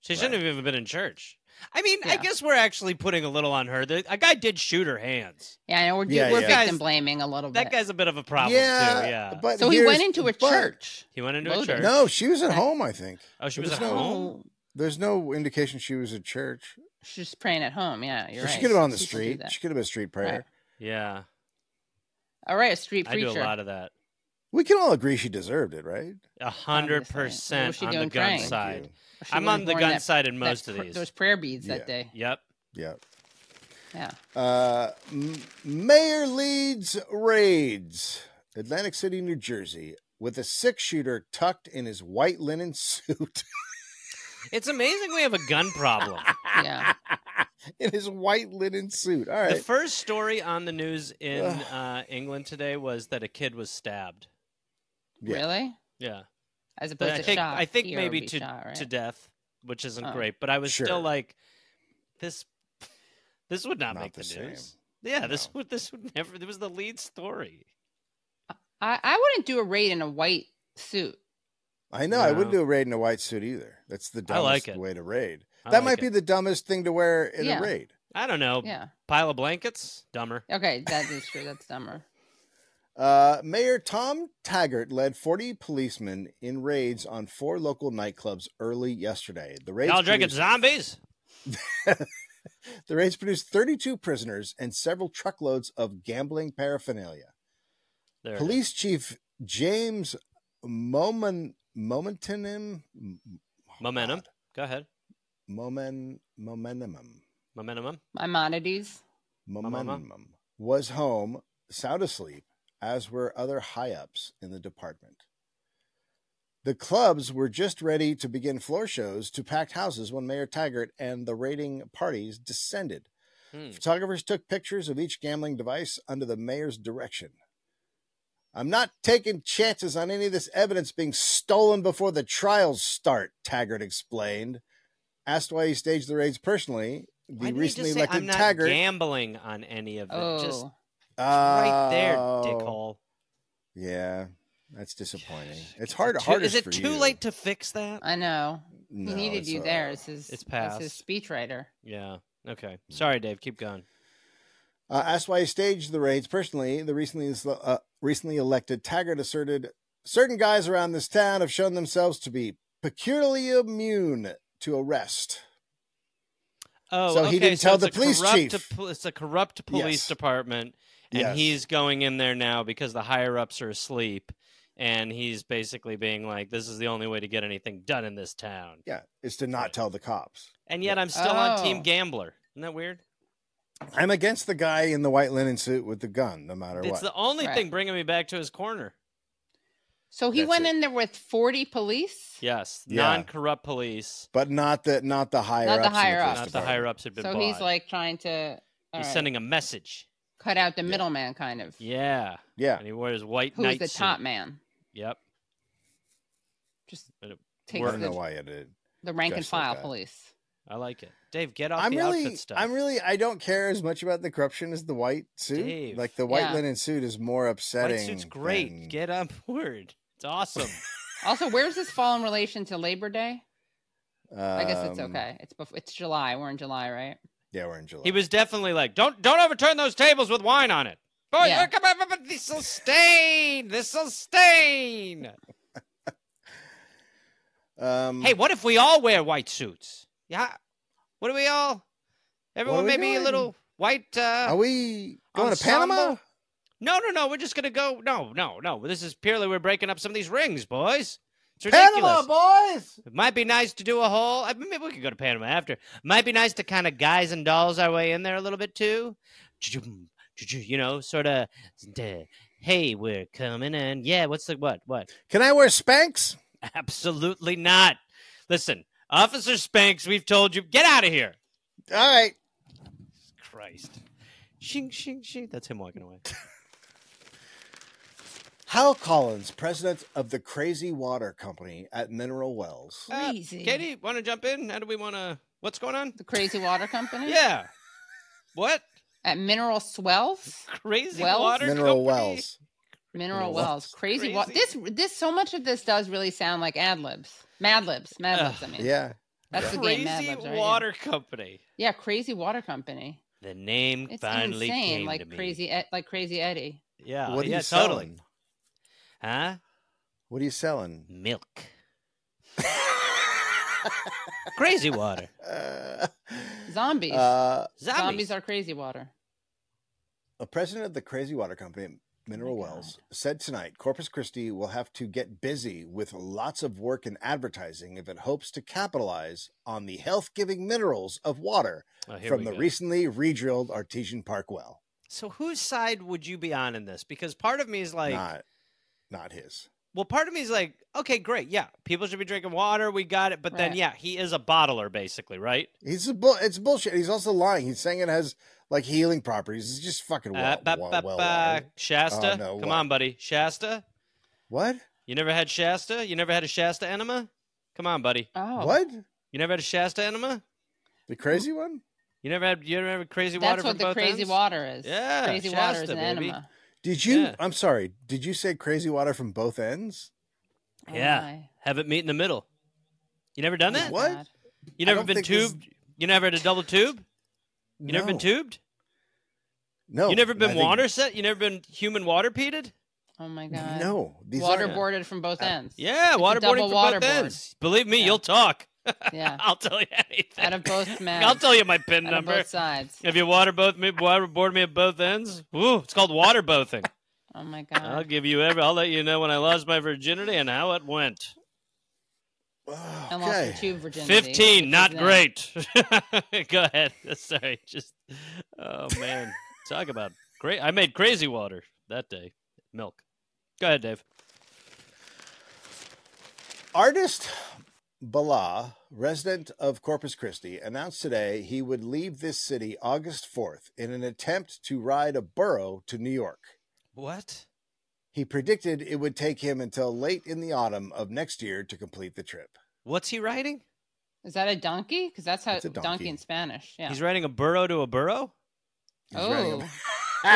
She shouldn't have even been in church. I mean, I Yeah. guess we're actually putting a little on her. The, a guy did shoot her hands. Yeah, I know we're do- Yeah, we're yeah. victim Guys, blaming a little That bit. guy's a bit of a problem too. Yeah. But So he went here's- into a but- church. he went into a Loaded. church. No, she was at home. I think Oh, she There was at no- home. There's no indication she was at church. She's just praying at home. Yeah, you're Or right. She could have been on the People do street. that. She could have been a street prayer. Right. Yeah, All right, a street I do a preacher. lot of that. We can all agree she deserved it, right? A hundred Obviously. What was percent she on the doing gun praying? Thank side. you. She I'm would have on the worn gun that- side in that most of pr- these. Those prayer beads that Yeah. day. Yep. Yeah. Yeah. Uh, M- Mayor leads raids Atlantic City, New Jersey, with a six shooter tucked in his white linen suit. It's amazing we have a gun problem. [LAUGHS] Yeah. [LAUGHS] in his white linen suit. All The right. first story on the news in Ugh. uh, England today was that a kid was stabbed. Yeah. Really? Yeah, As opposed But I to think shot. I think here would maybe be to shot, right? to death, which isn't Oh. great. But I was Sure. still like, this this would not, Not make the the, same. news. Yeah, this No. would this would never. It was the lead story. I, I wouldn't do a raid in a white suit. I know. I wouldn't No. do a raid in a white suit either. That's the I dumbest like it. way to raid. I that like might it. be the dumbest thing to wear in Yeah. a raid. I don't know. Yeah. Pile of blankets. Dumber. Okay, that is true. That's dumber. Uh, Mayor Tom Taggart led 40 policemen in raids on four local nightclubs early yesterday. The raids, Y'all drinking produced- zombies? the raids produced 32 prisoners and several truckloads of gambling paraphernalia. There it is. Police Chief James Momen, Momentinum, M- Momentum. God. Go ahead. [SIGHS] Momen, momentum, Momentum. Maimonides. momentum, was home sound asleep, as were other high ups in the department. The clubs were just ready to begin floor shows to packed houses when Mayor Taggart and the raiding parties descended. Hmm. Photographers took pictures of each gambling device under the mayor's direction. I'm not taking chances on any of this evidence being stolen before the trials start, Taggart explained. Asked why he staged the raids personally, Why the didn't he just recently say, elected I'm not Taggart. gambling on any of it? Oh, Just it's right there, Oh, dickhole. Yeah, that's disappointing. It's Is hard. it too- hardest Is it for too you. late to fix that? I know. He No, needed it's uh, you all there right. as his, It's as his passed. speechwriter. Yeah. Okay. Hmm. Sorry, Dave. Keep going. Uh, asked why he staged the raids personally, the recently uh, recently elected Taggart asserted certain guys around this town have shown themselves to be peculiarly immune to arrest. Oh, So okay, he didn't tell Oh, it's the a police corrupt chief. pol- It's a corrupt police Yes. department, and Yes. he's going in there now because the higher ups are asleep, and he's basically being like, "This is the only way to get anything done in this town." Yeah, is to not Right. tell the cops. And yet, I'm still on Oh. Team Gambler. Isn't that weird? I'm against the guy in the white linen suit with the gun, no matter It's what. the only Right. thing bringing me back to his corner. So he That's went it. in there with 40 police? Yes, Yeah. non-corrupt police. but not the not the higher Not the ups in higher police ups. Not the department. higher ups had been. so bought. he's like trying to all he's right, sending a message. cut out the middleman, kind of. Yeah, Yeah, and he wears white Who's knight the suit. top man? Yep. Just But it I takes worked. don't know the, why I did. the rank and Just like file that. police. I like it. Dave, get off I'm the really, outfit stuff. I'm really, I don't care as much about the corruption as the white suit. Dave. Like the white Yeah. linen suit is more upsetting. White suit's great. than- Get [LAUGHS] up word. It's awesome. Also, where does this fall in relation to Labor Day? I guess it's um, okay. It's bef- it's July. We're in July, right? Yeah, we're in July. he was definitely like, don't don't overturn those tables with wine on it. Boy, Yeah. look, but- but- but this'll stain. This'll stain. Um, Hey, what if we all wear white suits? Yeah. What do we all? Everyone we maybe a doing? little white. Uh, are we going ensemble? to Panama? No, no, no. We're just gonna go. No, no, no. This is purely we're breaking up some of these rings, boys. It's ridiculous. Panama, boys. It might be nice to do a whole. I mean, maybe we could go to Panama after. Might be nice to kind of guys and dolls our way in there a little bit too. Ju-jum, ju-ju, You know, sort of. Hey, we're coming in. Yeah, what's the what? What? [LAUGHS] Can I wear Spanx? Absolutely not. Listen, Officer Spanks, we've told you get out of here. All right. Christ. Shing, shing, shing. That's him walking [LAUGHS] away. Hal Collins, president of the Crazy Water Company at Mineral Wells. Uh, Crazy. Katie, want to jump in? How do we want to? What's going [LAUGHS] on? The Crazy Water Company. Yeah. What? At Mineral Swells. Crazy Wells? water Mineral company? Wells. Mineral Mineral Wells. Crazy. Wa- this Crazy. this so much of this does really sound like ad libs. Mad libs. Mad libs. I mean, Yeah. that's the game. Mad Crazy libs. Right? Yeah. water company. Yeah, Crazy Water Company. The name It's finally insane. came Like to me. Crazy, Ed- like Crazy Eddie. Yeah. what are Oh, yeah, you selling? totally. Huh? What are you selling? [LAUGHS] Milk. Crazy water. Uh, Zombies. uh, Zombies. Zombies are Crazy Water. a president of the Crazy Water Company, at Mineral Oh my Wells, said tonight Corpus Christi will have to get busy with lots of work in advertising if it hopes to capitalize on the health giving minerals of water Oh, here from we the go. recently redrilled Artesian Park well. So whose side would you be on in this? Because part of me is like, not, not his. well, part of me is like, okay, great, yeah, people should be drinking water, we got it. But then, Right. yeah, he is a bottler, basically, right? He's a bull. It's bullshit. He's also lying. He's saying it has like healing properties. It's just fucking well. Uh, ba- well, ba- well ba- water. Shasta, Oh, no, come what? on, buddy, Shasta. What? You never had Shasta? You never had a Shasta enema? Come on, buddy. Oh, What? You never had a Shasta enema? The crazy one? You never had? You never had crazy water That's from what the both Crazy ends? Water is. Yeah, Crazy Water is Shasta, an baby. enema. Did you? Yeah. I'm sorry. Did you say crazy water from both ends? Oh Yeah. my. oh Have it meet in the middle. You never done that? What? God. You never don't been think this- tubed? You never had a double tube? You never been No. tubed? No. you never been I think- water set? You never been human water peated? Oh my god. No. These aren't- waterboarded from both ends. Uh, Yeah, It's a waterboarding double from waterboard. both ends. Believe me, Yeah. you'll talk. [LAUGHS] Yeah. I'll tell you anything. Out of [LAUGHS] both men. I'll tell you my pin Out of number. both sides. If you water both me, waterboard me at both ends, woo, it's called water [LAUGHS] bothing. Oh my I'll god. give you every. I'll let you know when I lost my virginity and how it went. Oh, I lost okay. your tube virginity. Fifteen, which not is, uh, great. [LAUGHS] Go ahead. Sorry, just oh man, talk about great. I made crazy water that day. Milk. Go ahead, Dave. Artist Bala, resident of Corpus Christi, announced today he would leave this city August 4th in an attempt to ride a burro to New York. What? He predicted it would take him until late in the autumn of next year to complete the trip. What's he writing? Is that a donkey? Because that's how It's a donkey. donkey. in Spanish. Yeah. He's writing a burrow to a burrow. He's [LAUGHS] Oh. writing a- [LAUGHS]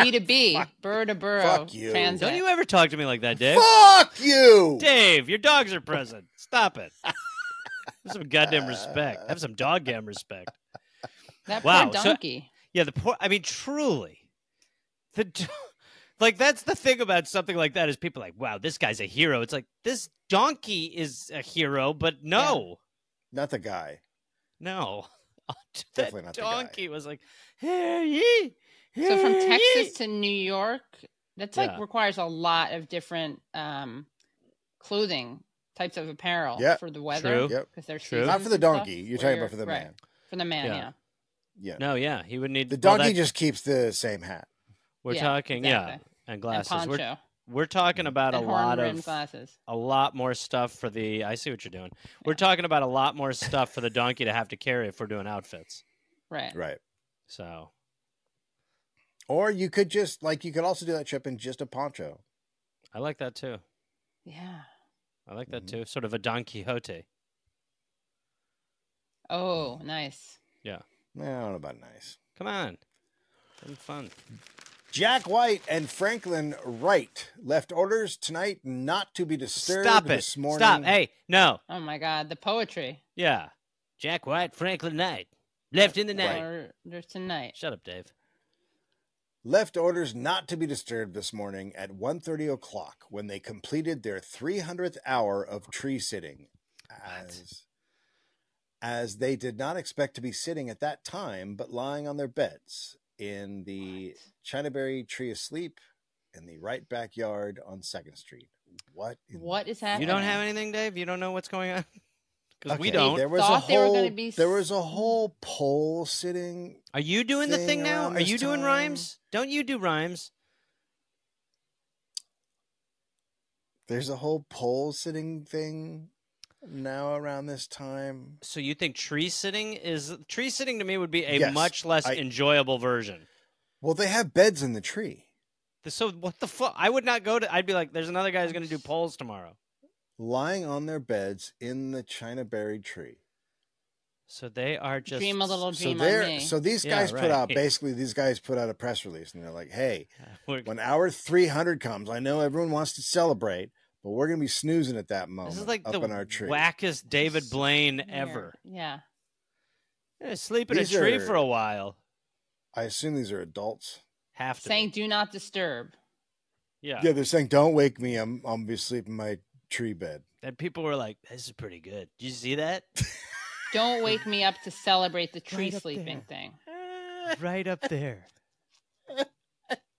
B to B. Burr to burrow. Fuck you. Transit. Don't you ever talk to me like that, Dave. Fuck you! Dave, your dogs are present. Stop it. Have some goddamn respect. Have some dog damn respect. that Wow, poor so- donkey. Yeah, the poor. I mean, truly, the do- [LAUGHS] like that's the thing about something like that is people are like, wow, this guy's a hero. It's like this donkey is a hero, but no, Not the guy. no, [LAUGHS] that Definitely not the guy. donkey was like, hey, So from Texas to New York, that's like Yeah. requires a lot of different um clothing types of apparel Yeah. for the weather. True. Yep. Because they're True. Not for the donkey. You're talking about for the man. For the man, Yeah. yeah. Yeah. No, yeah, he would need The well, donkey that- just keeps the same hat. We're Yeah, talking, exactly. yeah, and And glasses. poncho. we're we're talking about and a lot horn-rimmed of glasses. a lot more stuff for the. I see what you're doing. We're talking about a lot more stuff for the donkey to have to carry if we're doing outfits. Right. Right. So Or you could just like you could also do that trip in just a poncho. I like that too. Yeah. I like that Mhm. too. Sort of a Don Quixote. Oh, nice. No, I don't know about nice. Come on, having fun. Jack White and Franklin Wright left orders tonight not to be disturbed Stop it. this morning. Stop. Hey, no. Oh my God, the poetry. Yeah. Jack White, Franklin Knight, left in the night. Or- There's tonight. Shut up, Dave. left orders not to be disturbed this morning at 1.30 o'clock when they completed their 300th hour of tree sitting as, as they did not expect to be sitting at that time but lying on their beds in the chinaberry tree asleep in the right backyard on second street what in What is happening? You don't have anything, Dave? You don't know what's going on? [LAUGHS] Because we Okay, don't. there was a Thought they were whole gonna be there s- was a whole pole sitting Are you doing the thing thing now? around Are you this doing time. rhymes? Don't you do rhymes? there's a whole pole sitting thing now around this time So you think tree sitting is tree sitting to me would be a Yes, much less I- enjoyable version. Well, they have beds in the tree. So what the fuck? I would not go to. I'd be like, there's another guy who's going to do polls tomorrow. Lying on their beds in the China berry tree. So they are just Dream a little So dream on they're me. so these Yeah, guys right. put out basically these guys put out a press release and they're like, Hey, [LAUGHS] We're- when hour three hundred comes, I know everyone wants to celebrate, but we're gonna be snoozing at that moment this is like um, up the in our tree. wackest David Blaine Weird. ever. Yeah. Yeah, sleep in These a tree are- for a while. I assume these are adults. Have to be. Saying do not disturb. yeah. Yeah, they're saying, Don't wake me, I'm I'm be sleeping in my tree bed. And people were like, "This is pretty good." Did you see [LAUGHS] that? Don't wake me up to celebrate the [LAUGHS] tree Right up sleeping there. thing. right up there.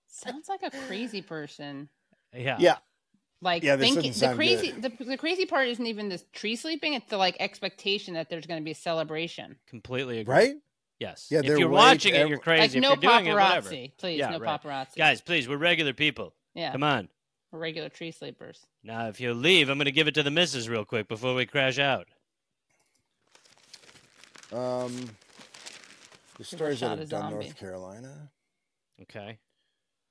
Sounds like a crazy person. Yeah. Yeah. Like Yeah, this thinking doesn't the sound crazy the, the crazy part isn't even this tree sleeping, it's the like expectation that there's gonna be a celebration. Completely agree. Right? Yes. Yeah, If they're you're way- watching it, ev- you're crazy. like no if you're doing it, paparazzi, whatever. please, Yeah, no right. paparazzi. Guys, please, we're regular people. yeah, Come on. we're regular tree sleepers. Now, if you leave, I'm going to give it to the missus real quick before we crash out. Um Give her the a stories shot out of of Dunn, zombie. North Carolina. Okay.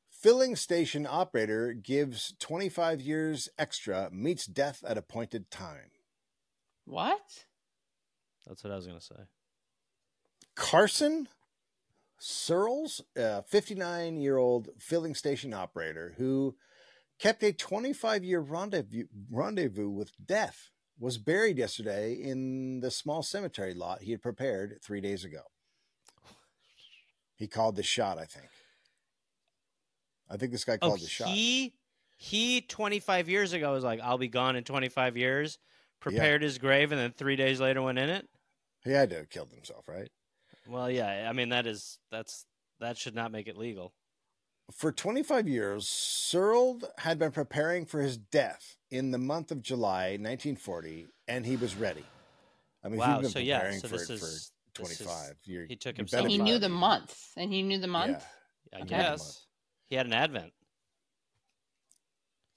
Filling station operator gives 25 years extra, meets death at appointed time. What? That's what I was going to say. Carson Searles, a 59 year old filling station operator who kept a 25 year rendezvous, rendezvous with death, was buried yesterday in the small cemetery lot he had prepared three days ago. He called the shot, I think. I think this guy Oh, called the shot. he he 25 years ago was like, "I'll be gone in 25 years." Prepared his grave and then 3 days later went in it. He had to have killed himself, right? Well, yeah. I mean, that is that's that should not make it legal. For 25 years, Searle had been preparing for his death in the month of July 1940, and he was ready. I mean, wow. if you've So been yeah. preparing So for this it is for this is- 25 years. he took you himself better And he out. be knew ready. the months. And he knew the month. Yeah. I Okay. guess he had an advent.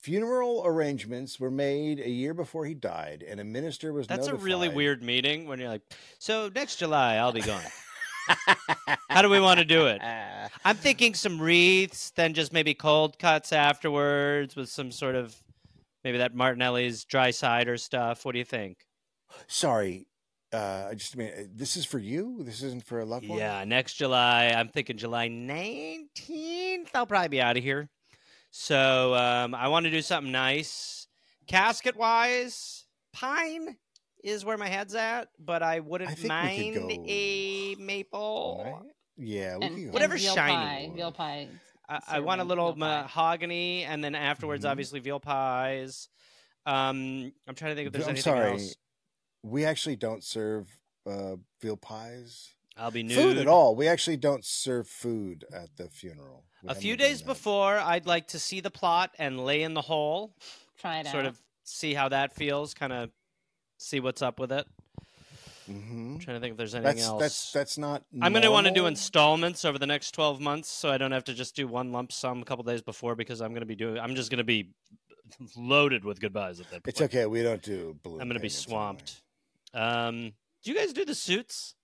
Funeral arrangements were made a year before he died, and a minister was That's a really notified. weird meeting when you're like, so next July I'll be [LAUGHS] gone. How do we want to do it? I'm thinking some wreaths, then just maybe cold cuts afterwards with some sort of maybe that Martinelli's dry cider stuff. What do you think? Sorry, uh, I just mean uh, this is for you. This isn't for a loved one. Yeah, next July. I'm thinking July 19th. I'll probably be out of here. So um, I want to do something nice. Casket wise, pine is where my head's at, but I wouldn't I think we mind could go a maple. Right? Yeah, we And, can go- Whatever and veal shiny pie, wood. veal pie. I, I want a Serving little veal pie. mahogany, and then afterwards, Mhm. obviously, veal pies. Um, I'm trying to think if there's I'm anything sorry. else. We actually don't serve uh, veal pies. I'll be nude. Food at all. We actually don't serve food at the funeral. We A haven't few done days that. before, I'd like to see the plot and lay in the hole, Try it sort out. of see how that feels, kind of see what's up with it. Mhm. I'm trying to think if there's anything That's else. that's that's not. I'm going to want to do normal. installments over the next 12 months so I don't have to just do one lump sum a couple days before because I'm going to be doing I'm just going to be loaded with goodbyes at that point. It's okay. We don't do balloon. I'm going to be payments anyway. swamped. Um do you guys do the suits?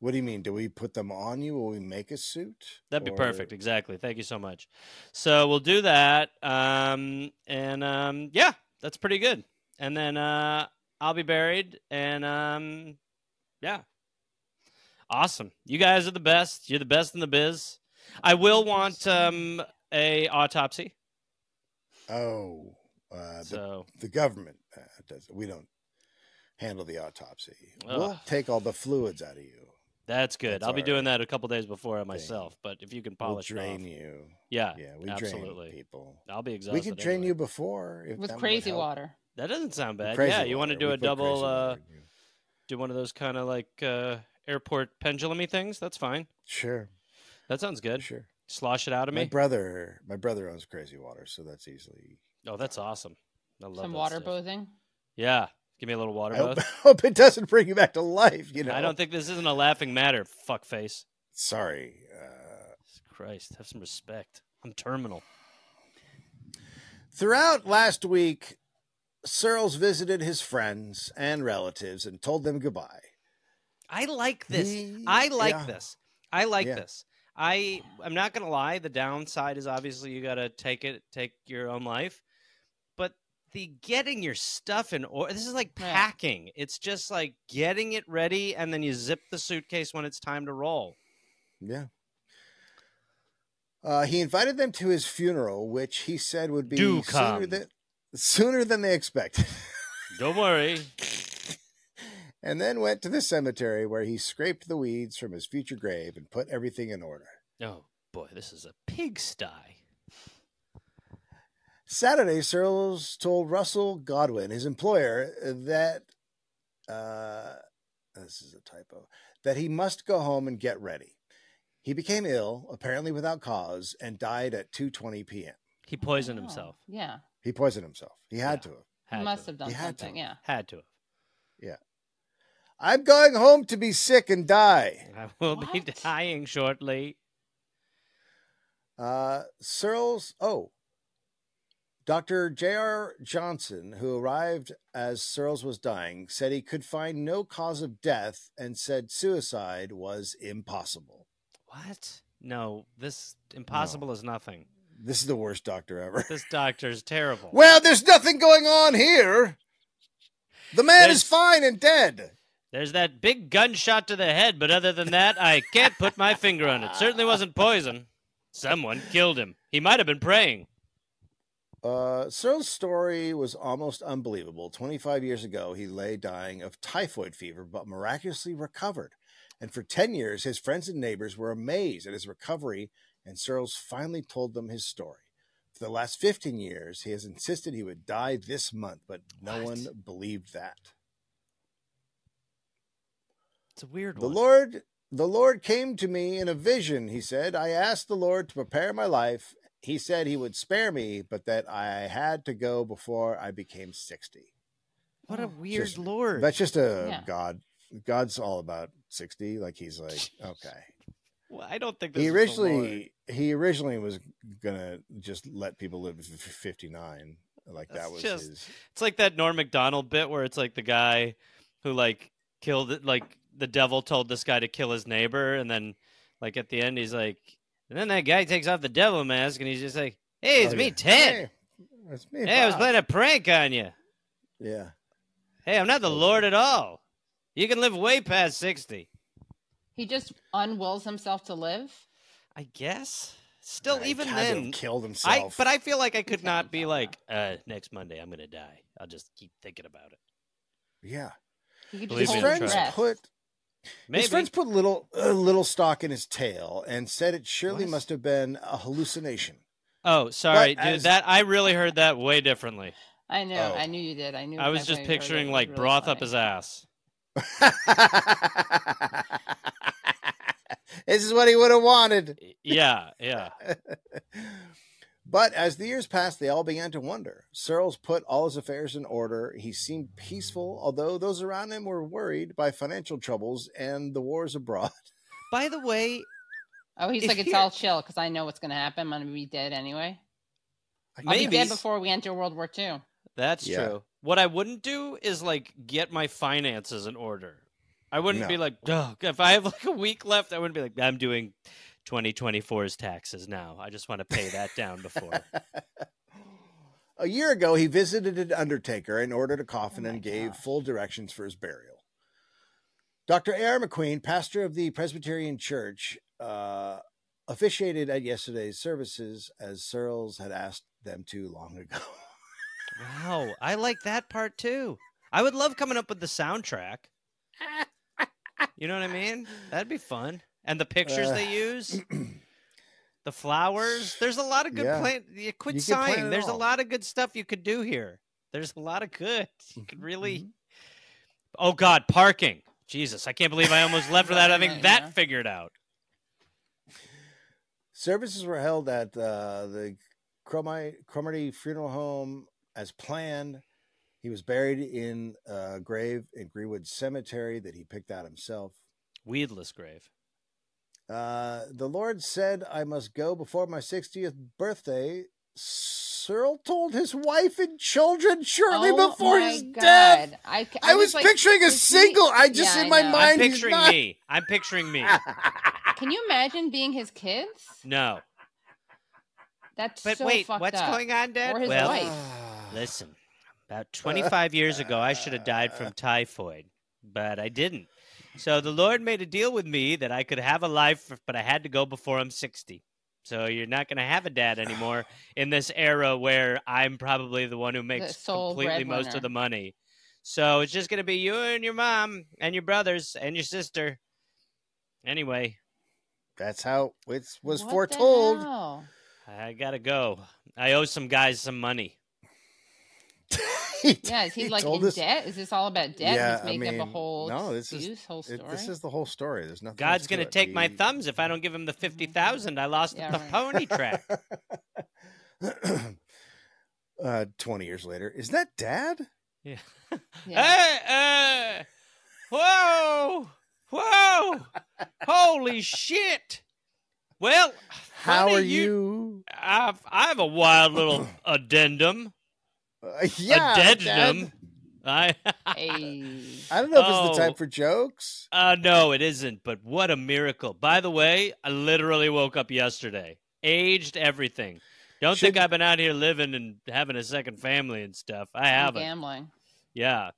What do you mean? Do we put them on you? Will we make a suit? That'd be Or- perfect. Exactly. Thank you so much. So we'll do that. Um, and um, yeah, that's pretty good. And then uh, I'll be buried. And um, yeah, awesome. You guys are the best. You're the best in the biz. I will want um, a autopsy. Oh, uh, the, So the government uh, does. It. We don't handle the autopsy. We'll Ugh. take all the fluids out of you. that's good. That's I'll be all doing that a couple days before myself. But if you can We'll polish it drain off. you. yeah, Yeah, we absolutely. drain people. I'll be we exhausted. could drain anyway. you before if that with would crazy help. water. That doesn't sound With bad. crazy yeah, you want to water. do We a put crazy double. water Uh, in you. do one of those kind of like uh, airport pendulumy things. That's fine. Sure, That sounds good. sure. Slosh it out of My me. brother, my brother owns Crazy Water, so that's easily. Oh, that's awesome. I love Some that water stuff. boathing. Yeah, give me a little water [LAUGHS] I hope, both. hope it doesn't bring you back to life. You know, I don't think this isn't a laughing matter. Fuck face. Sorry. Uh, Christ, have some respect. I'm terminal. Throughout last week, Searles visited his friends and relatives and told them goodbye. I like this. He- I like yeah. this. I like Yeah. this. I I'm not gonna lie. The downside is obviously you gotta take it, take your own life, but the getting your stuff in order. This is like Yeah. packing. It's just like getting it ready, and then you zip the suitcase when it's time to roll. Yeah. Uh, he invited them to his funeral, which he said would be Do sooner come. than sooner than they expected, Don't worry. and then went to the cemetery where he scraped the weeds from his future grave and put everything in order. Oh boy, this is a pigsty. Saturday, Searles told Russell Godwin, his employer, that uh, this is a typo, that he must go home and get ready. He became ill, apparently without cause, and died at 2:20 p.m. He poisoned Oh, himself. Yeah, He poisoned himself. He had to. Yeah. Have. Had must to have done You had to. something. Yeah. Had to have. I'm going home to be sick and die. I will be What? dying shortly. Uh, Searles, oh, Dr. J.R. Johnson, who arrived as Searles was dying, said he could find no cause of death and said suicide was impossible. What? No, this impossible is nothing. This is the worst doctor ever. [LAUGHS] This doctor's terrible. Well, there's nothing going on here. The man There's- is fine and dead. There's that big gunshot to the head, but other than that, I can't put my finger on it. Certainly wasn't poison. Someone killed him. He might have been praying. Uh, Searles' story was almost unbelievable. 25 years ago, he lay dying of typhoid fever, but miraculously recovered. And for 10 years, his friends and neighbors were amazed at his recovery, and Searles finally told them his story. For the last 15 years, he has insisted he would die this month, but no What? one believed that. It's a weird The one. Lord, the Lord came to me in a vision. He said, "I asked the Lord to prepare my life. He said he would spare me, but that I had to go before I became 60." what a Oh, weird just- lord. That's just a Yeah. God. God's all about 60. Like [LAUGHS] he's like, okay. Well, I don't think this He is the Lord. originally he originally was gonna just let people live to 59. Like That's that was just- his. It's like that Norm Macdonald bit where it's like the guy who like killed like the devil told this guy to kill his neighbor, and then like at the end he's like, and then that guy takes off the devil mask and he's just like, "Hey, it's Oh, me, yeah. Ted. Hey, it's me. Hey, I was Bob. playing a prank on you. Yeah. Hey, I'm not the Okay. Lord at all. You can live way past sixty, He just unwills himself to live. I guess. Still, Right, even God, they'll then, killed I himself. but I feel like I could killed not be himself, like, uh, next Monday I'm gonna die. I'll just keep thinking about it. yeah. He could Believe just His me, hold I'm friends his breath. put Maybe. His friends put little uh, little stock in his tail and said it surely What? must have been a hallucination. [LAUGHS] [LAUGHS] oh, sorry, dude. as- That I really heard that way differently. I know. Oh. I knew you did. I knew. I was exactly just where picturing you were. It was like really broth up funny. his ass. This is what he would have wanted. Yeah, yeah. but as the years passed, they all began to wonder. Searles put all his affairs in order. He seemed peaceful, although those around him were worried by financial troubles and the wars abroad. [LAUGHS] By the way, Oh, he's If like, it's you're- [LAUGHS] all chill because I know what's going to happen. I'm going to be dead anyway. I'll maybe be dead before we enter World War II. That's Yeah. true. What I wouldn't do is like get my finances in order. I wouldn't No. be like, oh, if I have like a week left, I wouldn't be like, I'm doing 2024's taxes now. I just want to pay that down before. a year ago, he visited an undertaker and ordered a coffin Oh my and gave gosh. full directions for his burial. Dr. Aaron McQueen, pastor of the Presbyterian Church, uh, officiated at yesterday's services as Searles had asked them to long ago. wow, I like that part too. I would love coming up with the soundtrack. [LAUGHS] You know what I mean? That'd be fun. And the pictures Uh, they [CLEARS THROAT] use, the flowers. There's a lot of good Yeah. plan. You quit You could plan sighing. it There's a all. lot of good stuff you could do here. There's a lot of good. You Mm-hmm, could really. Oh God, parking. Jesus, I can't believe I almost left without having Right, yeah. that figured out. Services were held at uh, the Cromarty, Cromarty Funeral Home as planned. He was buried in a grave in Greenwood Cemetery that he picked out himself. Weedless grave. Uh, the Lord said, I must go before my 60th birthday. Searle told his wife and children shortly Oh before my his God. death. I, c- I, was, like, picturing a is he- single. I just, Yeah, in I my know. mind, I'm picturing he's [LAUGHS] not. me. I'm picturing [LAUGHS] me. Can you imagine being his kids? No, That's but so wait, fucked what's up. going on, Dad? Or his well, wife. [SIGHS] listen. About 25 years ago, I should have died from typhoid, but I didn't. So the Lord made a deal with me that I could have a life, but I had to go before I'm 60. So you're not going to have a dad anymore in this era where I'm probably the one who makes sole completely most breadwinner. of the money. So it's just going to be you and your mom and your brothers and your sister. Anyway, That's how it was What the foretold. hell? I got to go. I owe some guys some money. [LAUGHS] [LAUGHS] He- Yeah, is he, like told in us- debt? Is this all about debt? Yeah, He's I making up mean, a whole no, no, this is- whole story. it- this is the whole story. There's nothing. God's going gonna to take my He- thumbs if I don't give him the fifty thousand I lost Yeah, at the right. pony track. [CLEARS THROAT] uh, 20 years later. Is that dad? Yeah. [LAUGHS] Yeah. Hey, uh, whoa, whoa, holy shit! Well, How funny are you? [LAUGHS] I've, I have a wild [COUGHS] little addendum. Uh, yeah. addendum. Dad. I [LAUGHS] Hey. I don't know if it's the Oh. time for jokes. uh, no, it isn't. But what a miracle! By the way, I literally woke up yesterday, aged everything. Don't think Should- I've been out here living and having a second family and stuff. I I'm haven't. gambling. Yeah.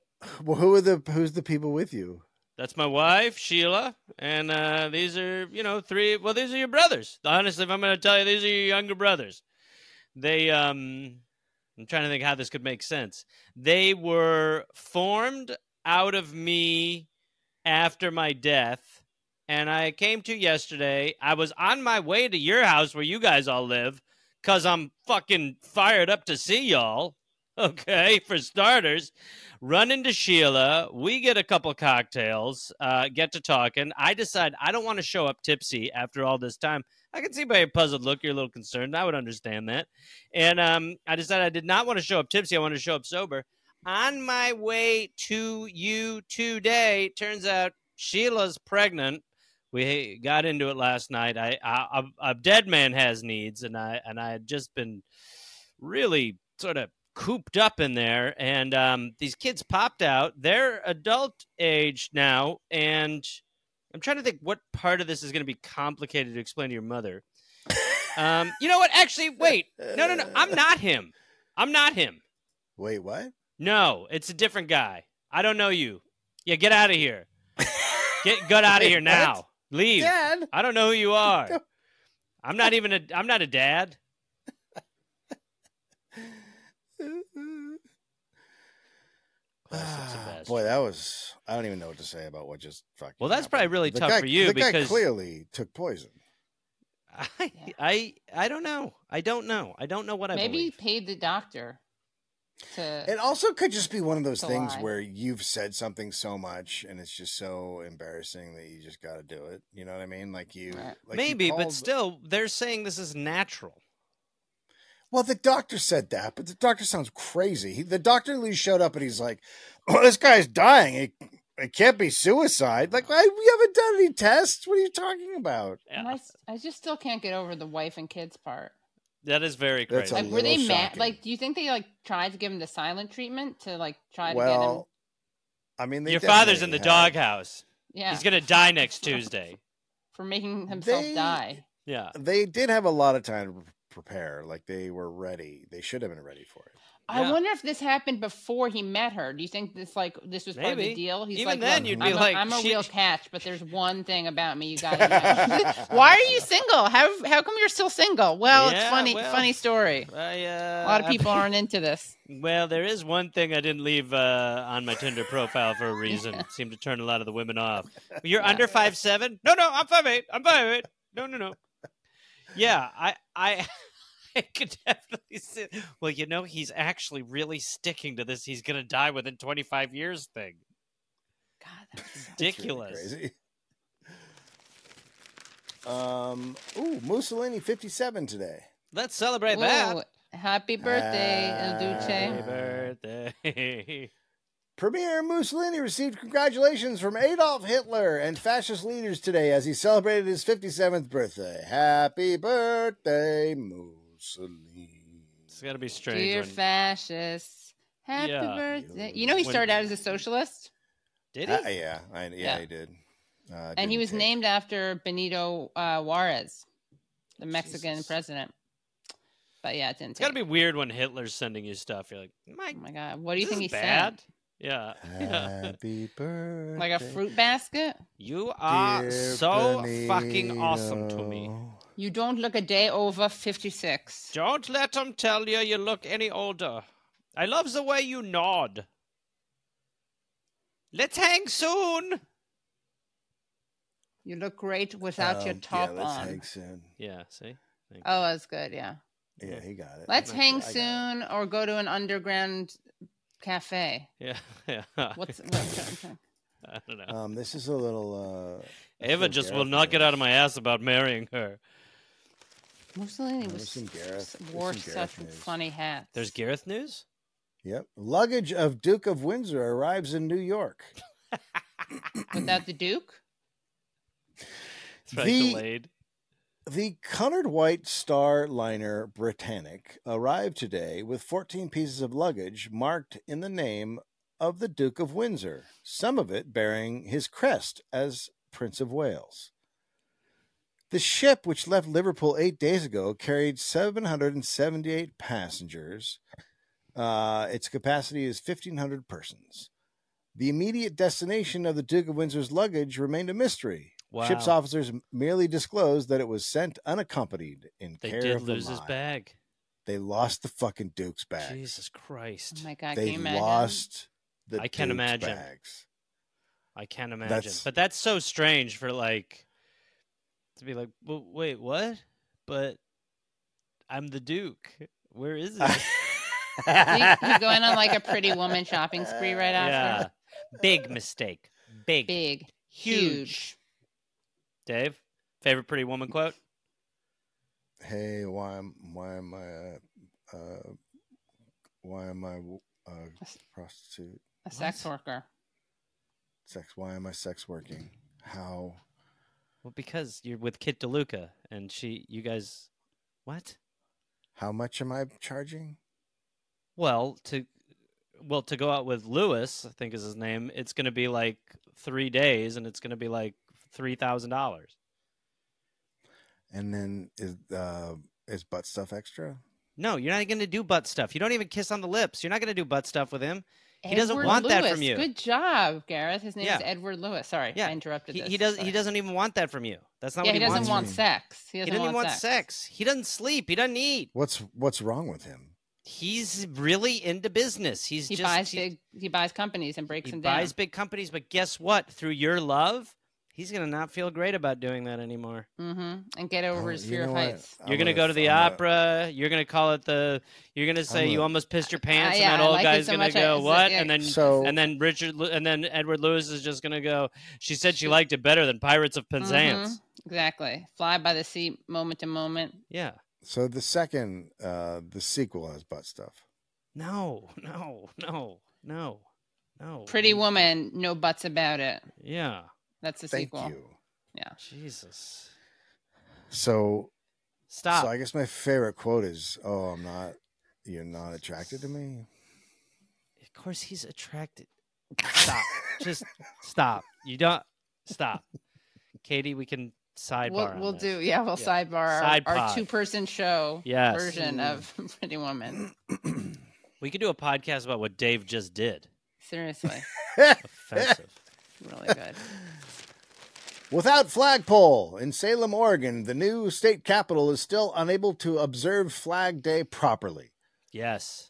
Well, who are the who's the people with you? That's my wife, Sheila, and uh, these are, you know, three. Well, these are your brothers. Honestly, if I'm going to tell you, these are your younger brothers. They, um, I'm trying to think how this could make sense. They were formed out of me after my death, and I came to yesterday. I was on my way to your house where you guys all live, cause I'm fucking fired up to see y'all. [LAUGHS] Okay, for starters run into Sheila. We get a couple cocktails, uh, get to talking. I decide I don't want to show up tipsy after all this time. I can see by your puzzled look you're a little concerned. I would understand that. And um, I decided I did not want to show up tipsy. I wanted to show up sober. On my way to you today, turns out Sheila's pregnant. We got into it last night. I, I, I a dead man has needs, and I and I had just been really sort of cooped up in there and um, these kids popped out they're adult age now and i'm trying to think what part of this is going to be complicated to explain to your mother um, you know what actually wait no no no i'm not him i'm not him Uh, [LAUGHS] Wait, what? no it's a different guy i don't know you yeah get out of here get get out of Wait, here what? now leave Dad. i don't know who you [LAUGHS] are i'm not even a i'm not a dad [SIGHS] Classic Ah, Sebastian. Boy, that was. I don't even know what to say about what just fucking. Well, that's probably happened. really the tough guy, for you the guy because- clearly took poison. I, I I don't know. I don't know. I don't know what I Maybe he believe. paid the doctor. to It also could just be one of those to things lie. where you've said something so much and it's just so embarrassing that you just got to do it. You know what I mean? Like you, Right. like you Maybe, but called- still, they're saying this is natural. Well, the doctor said that, but the doctor sounds crazy. He, the doctor literally showed up and he's like, "Oh, this guy's dying. It, it can't be suicide." Like, I, we haven't done any tests. What are you talking about? Yeah, My s- I just still can't get over the wife and kids part. that is very That's crazy. a Like, were they little mad? shocking. Like, do you think they like tried to give him the silent treatment to like try to get him? well, I mean, they Your father's definitely in the had- doghouse. Yeah, He's gonna die next Tuesday. for making himself They- die. Yeah. They did have a lot of time to prepare. Like they were ready. They should have been ready for it. I Yeah. wonder if this happened before he met her. Do you think this like this was part of Maybe. the deal? He's Even like, then, "Look, you'd I'm be a, like, I'm a she- real catch, but there's one thing about me [LAUGHS] you got to know. [LAUGHS] Why are you single? How how come you're still single? Well, it's Yeah, funny well, funny story. I, uh, A lot of I- people aren't into this. Well, there is one thing I didn't leave uh, on my Tinder profile for a reason. Seemed to turn a lot of the women off. You're Yeah. under five seven? No, no, I'm five eight. I'm five eight. No, no, no. Yeah, I, I, [LAUGHS] I could definitely see. Well, you know, he's actually really sticking to this. He's gonna die within 25 years thing. God, [LAUGHS] that's so- It's really Ridiculous. crazy. [LAUGHS] Um. Ooh, Mussolini fifty-seven today. Let's celebrate that. Ooh, happy birthday, El Happy Duce. birthday. [LAUGHS] Premier Mussolini received congratulations from Adolf Hitler and fascist leaders today as he celebrated his 57th birthday. Happy birthday, Mussolini. It's gotta be strange. Dear when- fascists, happy Yeah. birthday. You know he When- started out as a socialist, Did he? Uh, yeah, I, yeah, Yeah. he did. Uh, and he didn't was take- named after Benito uh, Juarez, the Mexican Jesus. president. But yeah, it didn't. it's gotta take. be weird when Hitler's sending you stuff. You're like, my, Oh my god, what do you this think he is bad. said? Yeah. [LAUGHS] yeah. Happy [LAUGHS] birthday. Like a fruit basket? You are dear Ah, so fucking awesome to me. Benito. You don't look a day over fifty-six. Don't let them tell you you look any older. I love the way you nod. Let's hang soon. You look great without your Um, top yeah, let's on. Hang soon. Yeah, see? Thank you. Oh, that's good. Yeah, Yeah, he got it. let's I hang got it. soon or go to an underground cafe. Yeah, [LAUGHS] yeah. [LAUGHS] What's what, I don't know. Um, this is a little. Uh, Eva feel just bad will for not get her. out of my ass about marrying her. Mussolini There's was some Gareth- there's wore some such Gareth news. funny hats. There's Gareth news? Yep. Luggage of Duke of Windsor arrives in New York. without the Duke. It's probably The- delayed. The Cunard White Star liner Britannic arrived today with 14 pieces of luggage marked in the name of the Duke of Windsor, some of it bearing his crest as Prince of Wales. The ship, which left Liverpool eight days ago, carried 778 passengers. Uh, its capacity is 1,500 persons. The immediate destination of the Duke of Windsor's luggage remained a mystery. Ship's Wow. officers merely disclosed that it was sent unaccompanied in They care did of the lose his line. bag. They lost the fucking Duke's bag. Jesus Christ. Oh my God, they can you imagine? lost the I can't Duke's imagine. [LAUGHS] bags. I can't imagine. That's- But that's so strange for like to be like, well, wait, what? But I'm the Duke. Where is [LAUGHS] it? He- he's going on like a pretty woman shopping spree right yeah. after. [LAUGHS] Big mistake. Big. Big, huge. huge. Dave, favorite pretty woman quote? Hey, why am why am I uh, uh why am I uh prostitute a sex What? worker. sex? Why am I sex working? How? Well, because you're with Kit DeLuca and she you guys what? How much am I charging? Well, to well, to go out with Lewis, I think is his name, it's gonna be like three days and it's gonna be like three thousand dollars. And then is uh is butt stuff extra? No, you're not going to do butt stuff. You don't even kiss on the lips. You're not going to do butt stuff with him. He doesn't Edward want that Lewis. from you. Good job, Gareth. His name Yeah. is Edward Lewis. Sorry, Yeah, I interrupted. He, this. he does. Sorry. He doesn't even want that from you. That's not Yeah, what he he, doesn't wants. want from you. sex. He He doesn't, doesn't even want sex. He doesn't sleep. He doesn't eat. What's what's wrong with him? He's really into business. He's He just buys he, big. He buys companies and breaks he them buys down. big companies, but guess what? Through your love, he's gonna not feel great about doing that anymore. hmm And get over Oh, his you fear know of what? heights. I'm You're gonna go to the I'm gonna- opera. You're gonna call it the. You're gonna say you gonna- almost pissed your pants, yeah, and that I old like it guy's so gonna much, I- go it's like, what, yeah, and then So and then Richard Lew- and then Edward Lewis is just gonna go. She said she Shoot. liked it better than Pirates of Penzance. Mhm. Exactly. Fly by the sea, moment to moment. Yeah. so the second uh the sequel has butt stuff. No. No. No. No. No. Pretty you- Woman, no buts about it. Yeah. That's the Thank sequel. you. Jesus. So Stop. so I guess my favorite quote is, "Oh, I'm not. You're not attracted to me." of course he's attracted. Stop. Just stop. You don't stop. Katie, we can sidebar. We'll, on we'll this. do, yeah, we'll Yeah. sidebar our- Side our, pod. two person show Yes. version of [LAUGHS] [CLEARS THROAT] Pretty Woman. We could do a podcast about what Dave just did. Seriously, Offensive. really good. Without flagpole in Salem, Oregon, the new state capital is still unable to observe Flag Day properly. yes.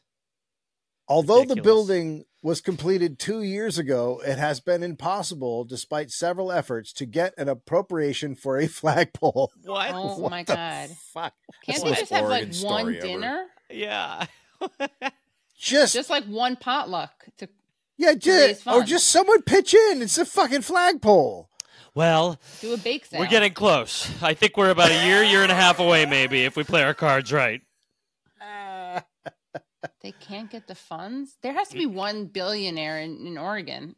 Although the Ridiculous. building was completed two years ago, it has been impossible, despite several efforts, to get an appropriation for a [LAUGHS] flagpole. What? Oh What my the God. Fuck. That's Can't they the just have like Oregon one story ever. dinner? Yeah. Just, Just like one potluck to yeah, raise just oh, funds. just someone pitch in. It's a fucking flagpole. well, do a bake sale. we're getting close. I think we're about a year, year and a half away, maybe, if we play our cards right. They can't get the funds. There has to Mm. be one billionaire in, in Oregon,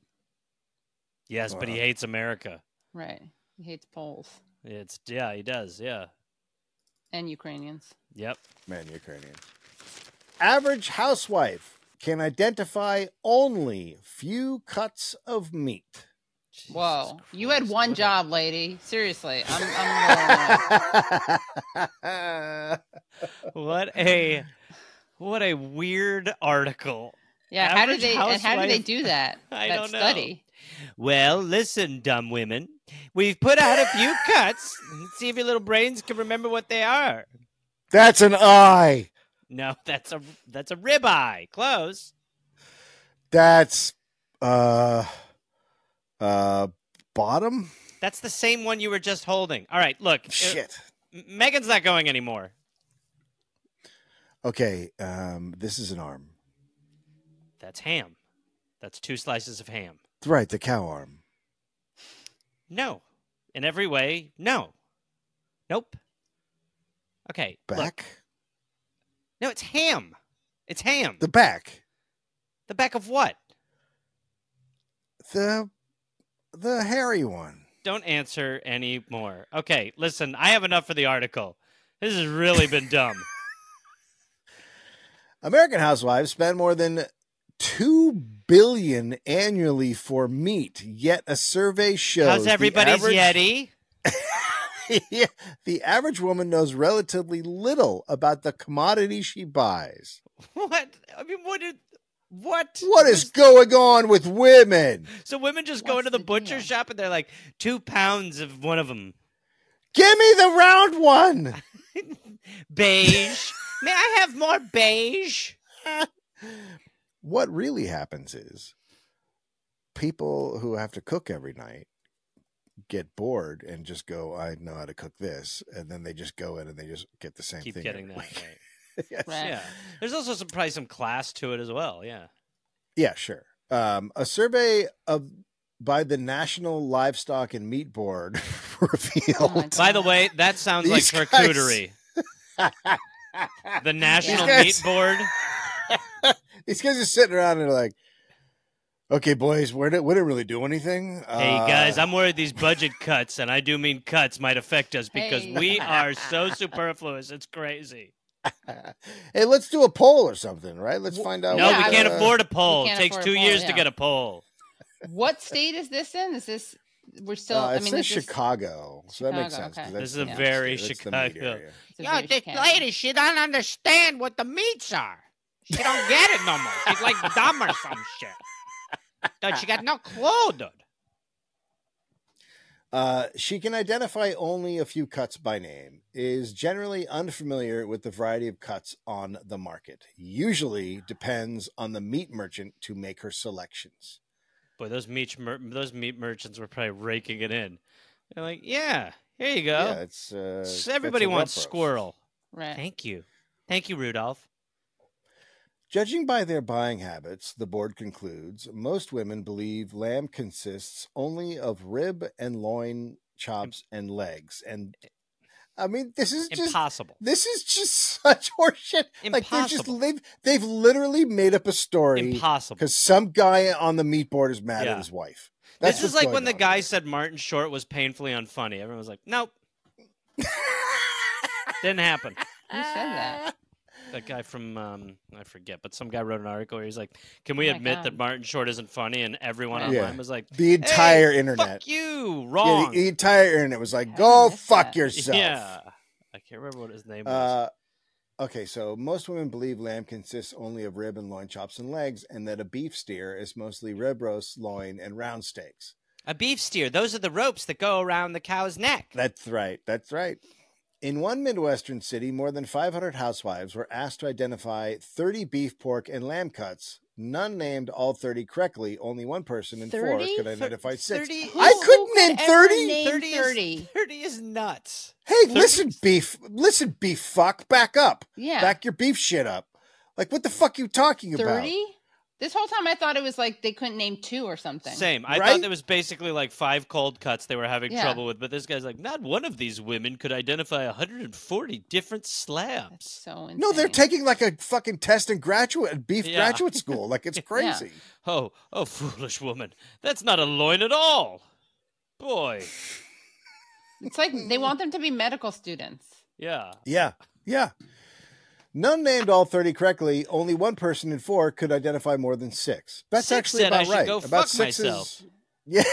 Yes, but he Wow. hates America. right? He hates Poles It's yeah, he does. Yeah. and Ukrainians. Yep. Man, Ukrainian. Average housewife can identify only few cuts of [LAUGHS] meat. Whoa, Jesus you had Christ, one what a- job, lady. Seriously, I'm. [LAUGHS] I'm rolling with it. What a what a weird article. yeah, how do Average they? And how do they housewife- do that? I that don't know. study. Well, listen, dumb women. We've put out a [LAUGHS] few cuts. Let's see if your little brains can remember what they are. That's an eye. No, [LAUGHS] that's a that's a ribeye. Close. That's uh uh bottom. That's the same one you were just holding. All right, look. uh, Shit. M- Megan's not going anymore. Okay, um this is an arm. That's ham. That's two slices of ham. Right, the cow arm. No. In every way, no. Nope. Okay. look. Back. No, it's ham. It's ham. The back. the back of what? The the hairy one. Don't answer anymore. Okay, listen, I have enough for the article. This has really [LAUGHS] been dumb. American housewives spend more than 2 billion annually for meat, yet a survey shows How's the everybody's average- Yeti? [LAUGHS] [LAUGHS] Yeah, the average woman knows relatively little about the commodity she buys. What? I mean, what? Did, what? What is going on with women? So women just go What's into the, the butcher deal? shop and they're like two pounds of one of them Give me the round one. [LAUGHS] [LAUGHS] beige. May I have more beige? What really happens is people who have to cook every night get bored and just go, I know how to cook this. And then they just go in and they just get the same Keep thing. getting that. every Right. [LAUGHS] week. yes. Right. Yeah. There's also some probably some class to it as well. [LAUGHS] Yeah. Yeah, sure. Um, a survey of by the National Livestock and Meat Board [LAUGHS] Oh my revealed. God. By the way, that sounds like These guys- charcuterie. The National Meat These guys- Board. [LAUGHS] These guys are sitting around and they're like, "Okay, boys, we didn't, we didn't really do anything." Hey Uh, guys, I'm worried these budget cuts, and I do mean cuts, might affect us because [LAUGHS] Hey. we are so superfluous. It's crazy. [LAUGHS] hey, let's do a poll or something, right? Let's Wh- find out. No, yeah, we I- can't uh, afford a poll. It We can't takes afford a two poll, years to yeah. get a poll. What state is this in? Is this? We're still. uh, I it mean, says this is- Chicago, so that makes Chicago, sense. 'cause okay. that's This is the a meat very area. That's the meat Chicago. area. it's a very Chicago. she don't understand what the meats are. She don't get it no more. She's like dumb or some shit. Dude, she got no clue, dude. Uh, she can identify only a few cuts by name, is generally unfamiliar with the variety of cuts on the market, usually depends on the meat merchant to make her selections. boy, those meat mer- those meat merchants were probably raking it in. They're like, yeah, here you Yeah, go. it's uh, S- that's Everybody a rough wants roast. squirrel. Right. Thank you, thank you, Rudolph. Judging by their buying habits, the board concludes most women believe lamb consists only of rib and loin, chops, and legs. And I mean, this is just Impossible. this is just [LAUGHS] such horseshit. Like they're just Impossible. they've they've literally made up a story Impossible. because some guy on the meat board is mad Yeah. at his wife. That's This is what's like going when the on guy [LAUGHS] here. said Martin Short was painfully unfunny. Everyone was like, nope, didn't happen. Who said that? that guy from um, I forget, but some guy wrote an article where he's like, "Can we Oh my admit that God. Martin Short isn't funny?" And everyone Yeah. online Yeah. was like, The entire "Hey, internet. Fuck you, Yeah, wrong." the, the entire internet was like, How did I "Go miss fuck that?" yourself." Yeah. I can't remember what his name was. Uh, okay, so most women believe lamb consists only of rib and loin chops and legs, and that a beef steer is mostly rib roast, loin, and round steaks. A beef steer. Those are the ropes that go around the cow's neck. That's right. That's right. In one Midwestern city, more than 500 housewives were asked to identify 30 beef, pork, and lamb cuts. None named all 30 correctly. Only one person in four 30? could identify six. 30, Who- I who couldn't could name ever 30? name 30 is- [LAUGHS] 30? 30 is nuts. Hey, 30? listen, beef. Listen, beef fuck. Back up. Yeah. Back your beef shit up. Like, what the fuck you talking about? 30? This whole time I thought it was like they couldn't name two or something. Same. I Right? thought there was basically like five cold cuts they were having Yeah. trouble with, but this guy's like, not one of these women could identify 140 different That's slabs. so insane. No, they're taking like a fucking test in graduate beef Yeah. graduate school. [LAUGHS] Like it's crazy. Oh, oh, foolish woman. That's not a loin at all. Boy. It's like they want them to be medical students. Yeah. yeah. yeah, None named all thirty correctly. Only one person in four could identify more than six. That's Six actually said I about should right. go about fuck six is- myself. [LAUGHS] Yeah.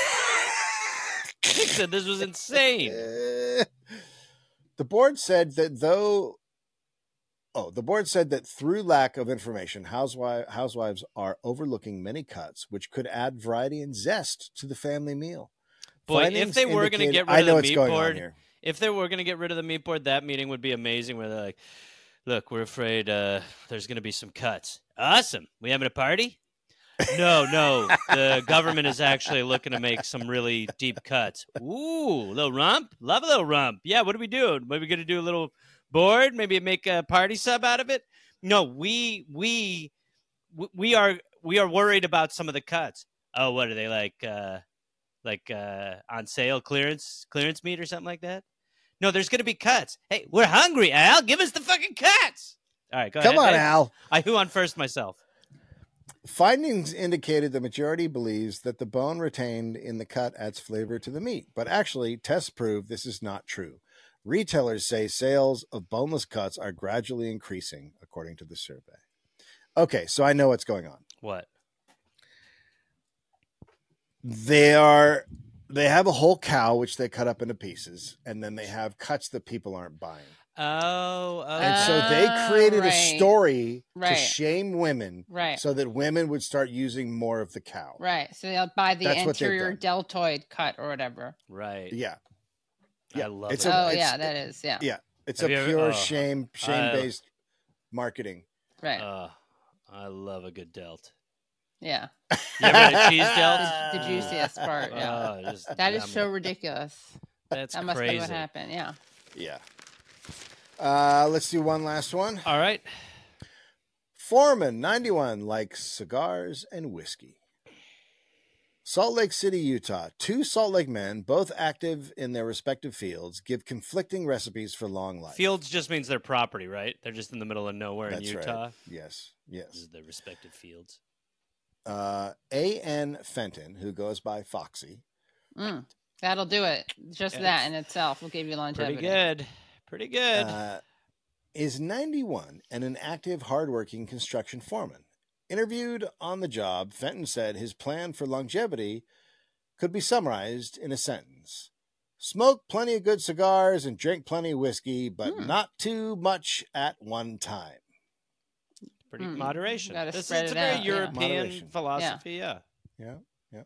Nick said this was insane. Uh, [LAUGHS] the board said that though oh the board said that through lack of information housewives, housewives are overlooking many cuts which could add variety and zest to the family meal Boy, if Findings they were going to indicate- get I rid know of the it's meat going on board, here. if they were going to get rid of the meat board, that meeting would be amazing. Where they're like, "Look, we're afraid uh, there's going to be some cuts." Awesome. We having a party? No, no. The government is actually looking to make some really deep cuts. Ooh, little rump. Love a little rump. Yeah. What are we doing? Maybe going to do a little board. Maybe make a party sub out of it. No, we we w- we are we are worried about some of the cuts. Oh, what are they like? Uh, like uh, on sale clearance clearance meat or something like that. No, there's going to be cuts. Hey, we're hungry, Al. Give us the fucking cuts. All right, go Come on, ahead. Al. I, I who on first myself. Findings indicated the majority believes that the bone retained in the cut adds flavor to the meat, but actually, tests prove this is not true. Retailers say sales of boneless cuts are gradually increasing, according to the survey. Okay, so I know what's going on. What? They are they have a whole cow which they cut up into pieces, and then they have cuts that people aren't buying. Oh, oh. And so Ah, they created a right. story to Right. shame women Right. so that women would start using more of the cow. right. So they'll buy the That's what they've anterior done. deltoid cut or whatever. right. Yeah. I love it's it. a- oh, it's- yeah, that is. Yeah. yeah. It's Have a you ever- pure oh, shame shame based marketing. Right. Uh, I love a good delt. yeah. You ever had a cheese [LAUGHS] delt? The, the juiciest part. Yeah. Oh, just that is yum. so ridiculous. That's that must crazy. be what happened. Yeah. Yeah. Uh, let's do one last one. All right. Foreman 91 likes cigars and whiskey. Salt Lake City, Utah. Two Salt Lake men, both active in their respective fields, give conflicting recipes for long life. Fields just means their property, right? They're just in the middle of nowhere That's in right. Utah. Yes. This Yes. is their respective fields. Uh, A.N. Fenton, who goes by Foxy, Mm. That'll do it. Just Yeah, that it's in itself will give you Pretty longevity. good. Pretty good. uh, is 91 and an active, hardworking construction foreman. Interviewed on the job, Fenton said his plan for longevity could be summarized in a sentence Smoke plenty of good cigars and drink plenty of whiskey, but Hmm. not too much at one time. pretty Mm, moderation. gotta This, spread it's a it very out, yeah. European Moderation. philosophy, yeah. Yeah. Yeah.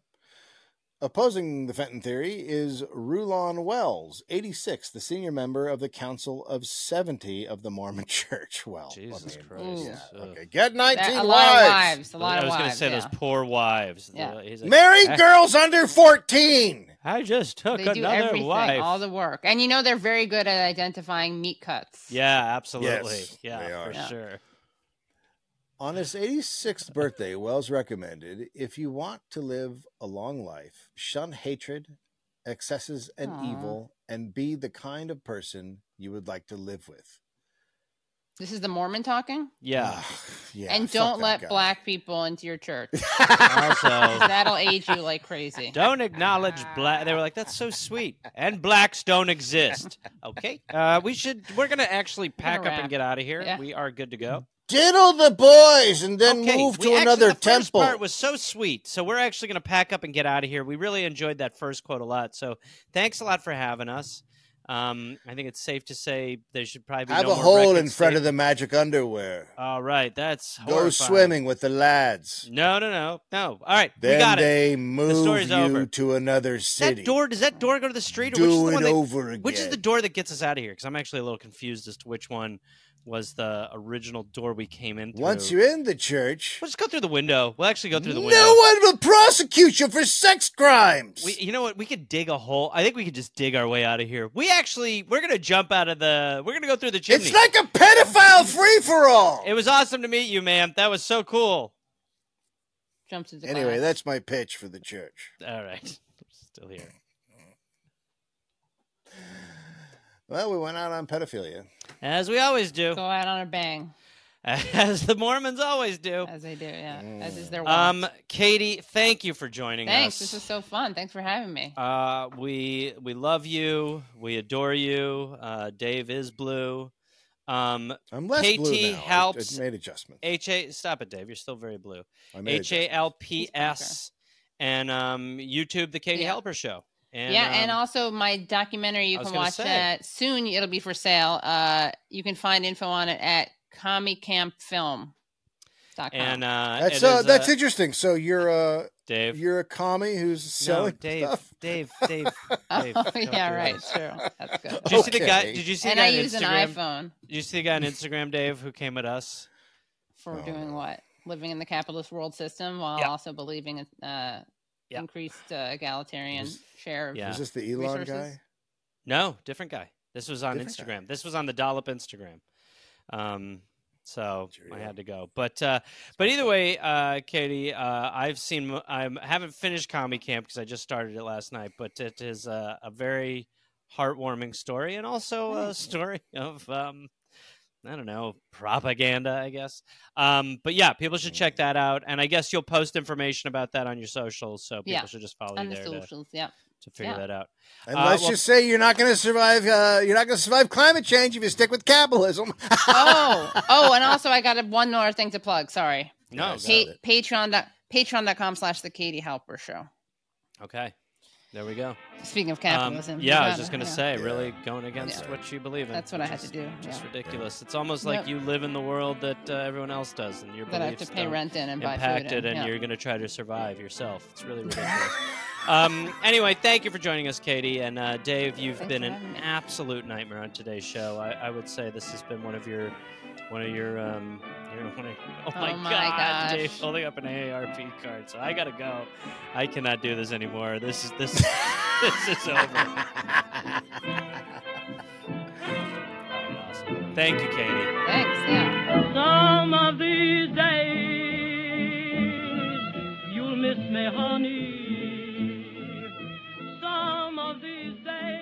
Opposing the Fenton theory is Rulon Wells, 86, the senior member of the Council of 70 of the Mormon [LAUGHS] Church. Well, I Jesus mean, Christ. yeah, Ugh. okay. Get 19 That- a wives. lot of wives. A lot I of was gonna wives. say those yeah. poor wives. The- Yeah. he's like, "Eh." Marry "I- girls under 14. I just took They do another everything, wife. all [LAUGHS] the work, and you know they're very good at identifying meat cuts. Yeah, absolutely. Yes, yeah, they for are. Yeah. sure. On his 86th birthday, Wells recommended if you want to live a long life, shun hatred, excesses, and Aw. evil, and be the kind of person you would like to live with. This is the Mormon talking. Yeah. Ugh, yeah and fuck don't that let guy. [LAUGHS] black people into [LAUGHS] your church. 'cause Ah. also, That'll age you like crazy. Oh. don't acknowledge black. They were like, "That's so sweet," and blacks don't exist. Okay, uh, we should. We're gonna actually pack up and wrap. get out of here. Yeah. We are good to go. diddle the boys and then okay, move we to actually- another the First temple. part was so sweet, so we're actually gonna pack up and get out of here. We really enjoyed that first quote a lot. So thanks a lot for having us. Um, I think it's safe to say there should probably be Have no a more hole record in front of state- the magic underwear. All right, that's Go horrifying. swimming with the lads. No, no, no, no. All right, we Then got it. they move story's you over. to another That city. door does that door go to the street, or which is the Do one it that, over again. which is the door that gets us out of here? Because I'm actually a little confused as to which one was the original door we came in. Through. Once you're in the church, we'll just go through the window. We'll actually go through the window. no one will prosecute you for sex crimes. We, you know what? We could dig a hole. I think we could just dig our way out of here. We actually, we're gonna jump out of the. We're gonna go through the chimney. it's like a [LAUGHS] pedophile free for all. it was awesome to meet you, ma'am. That was so cool. Jump to the Anyway, glass. that's my pitch for the church. All right, [LAUGHS] still here. Well, we went out on pedophilia. As we always do, go out on a bang, [LAUGHS] as the Mormons always do. as they do. Yeah, as is their wont. Um, Katie, thank you for joining Thanks. us. This was so fun. Thanks for having me. Uh, we we love you. We adore you. Uh, Dave is blue. Um, I'm less KT blue now. I- helps- I, made adjustments. H A. Stop it, Dave. You're still very blue. I made H A adjustments. L P S, and um, YouTube the Katie Yeah. Helper Show. And, yeah, and um, also my documentary you I was can gonna watch say. that soon. It'll be for sale. Uh, you can find info on it at comicampfilm.com. and uh, That's it uh, is, that's uh, interesting. So you're a Dave. you're a commie who's no, selling Dave, stuff. Dave, [LAUGHS] Dave, Dave. [LAUGHS] oh, don't yeah, do right. this. True. That's good. Did you see the guy? Okay. Did you see And the guy I on use an Instagram? iPhone Did you see the guy on Instagram, Dave, who came at us? for Oh, doing no. what? Living in the capitalist world system while Yeah. also believing in uh, Yeah. increased uh, egalitarian Was- share of Yeah. Is this the Elon Resources? guy? No, different guy. This was on Different guy. Instagram. This was on the dollop Instagram. Um, so I Cheerio. had to go, but uh, but either way, uh, Katie, uh, I've seen. mo- I'm- I haven't finished Comedy Camp because I just started it last night, but it is a, a very heartwarming story and also a Nice. story of um, I don't know propaganda, I guess. Um, but yeah, people should check that out, and I guess you'll post information about that on your socials, so people Yeah, should just follow on you the there to, socials. Yeah. to figure Yeah. that out. And Uh, let's well- just say you're not going to survive. Uh, you're not going to survive climate change if you stick with capitalism. [LAUGHS] Oh, oh, and also I got a- one more thing to plug. Sorry. No, Nice. go- Got Pa- it. Patreon dot patreon.com slash the Katie Halper show. okay, there we go. Speaking of Um, capitalism. yeah, I you was just got it, gonna yeah. say, Yeah. really going against Yeah. what you believe in. That's what I which had to is do, Just yeah. ridiculous. It's almost like Yep. you live in the world that uh, everyone else does, and your That I have beliefs to pay don't rent in and buy impact food. it, in, and yeah. you're going to try to survive yourself. It's [LAUGHS] really ridiculous. um, anyway, thank you for joining us, Katie and uh, Dave. You've Thanks been for an having me. absolute nightmare on today's show. I, I would say this has been one of your, one of your, um, your one of, oh, Oh my God, Dave gosh. holding up an AARP card. So I gotta go. I cannot do this anymore. This is [LAUGHS] this is- this is over. Awesome. Thank you, Katie. Thanks. Yeah. Some of these days you'll miss me, honey. Some of these days.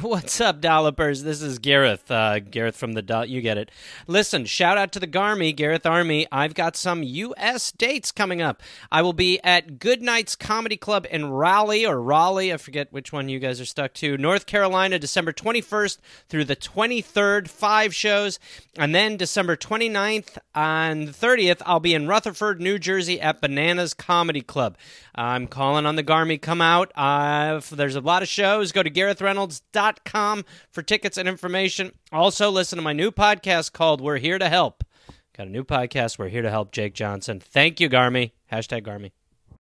What's up, dollopers? This is Gareth. Uh, Gareth from the Doll. You get it. Listen, shout out to the Garmy, Gareth Army. I've got some U.S. dates coming up. I will be at Good Nights Comedy Club in Raleigh or Raleigh. I forget which one you guys are stuck to. North Carolina, December 21st through the 23rd, five shows. And then December 29th and 30th, I'll be in Rutherford, New Jersey at Bananas Comedy Club. I'm calling on the Garmy. Come out. Uh, if there's a lot of shows. Go to GarethReynolds.com for tickets and information. Also, listen to my new podcast called We're Here to Help. Got a new podcast. We're here to help Jake Johnson. Thank you, Garmy. Hashtag Garmy.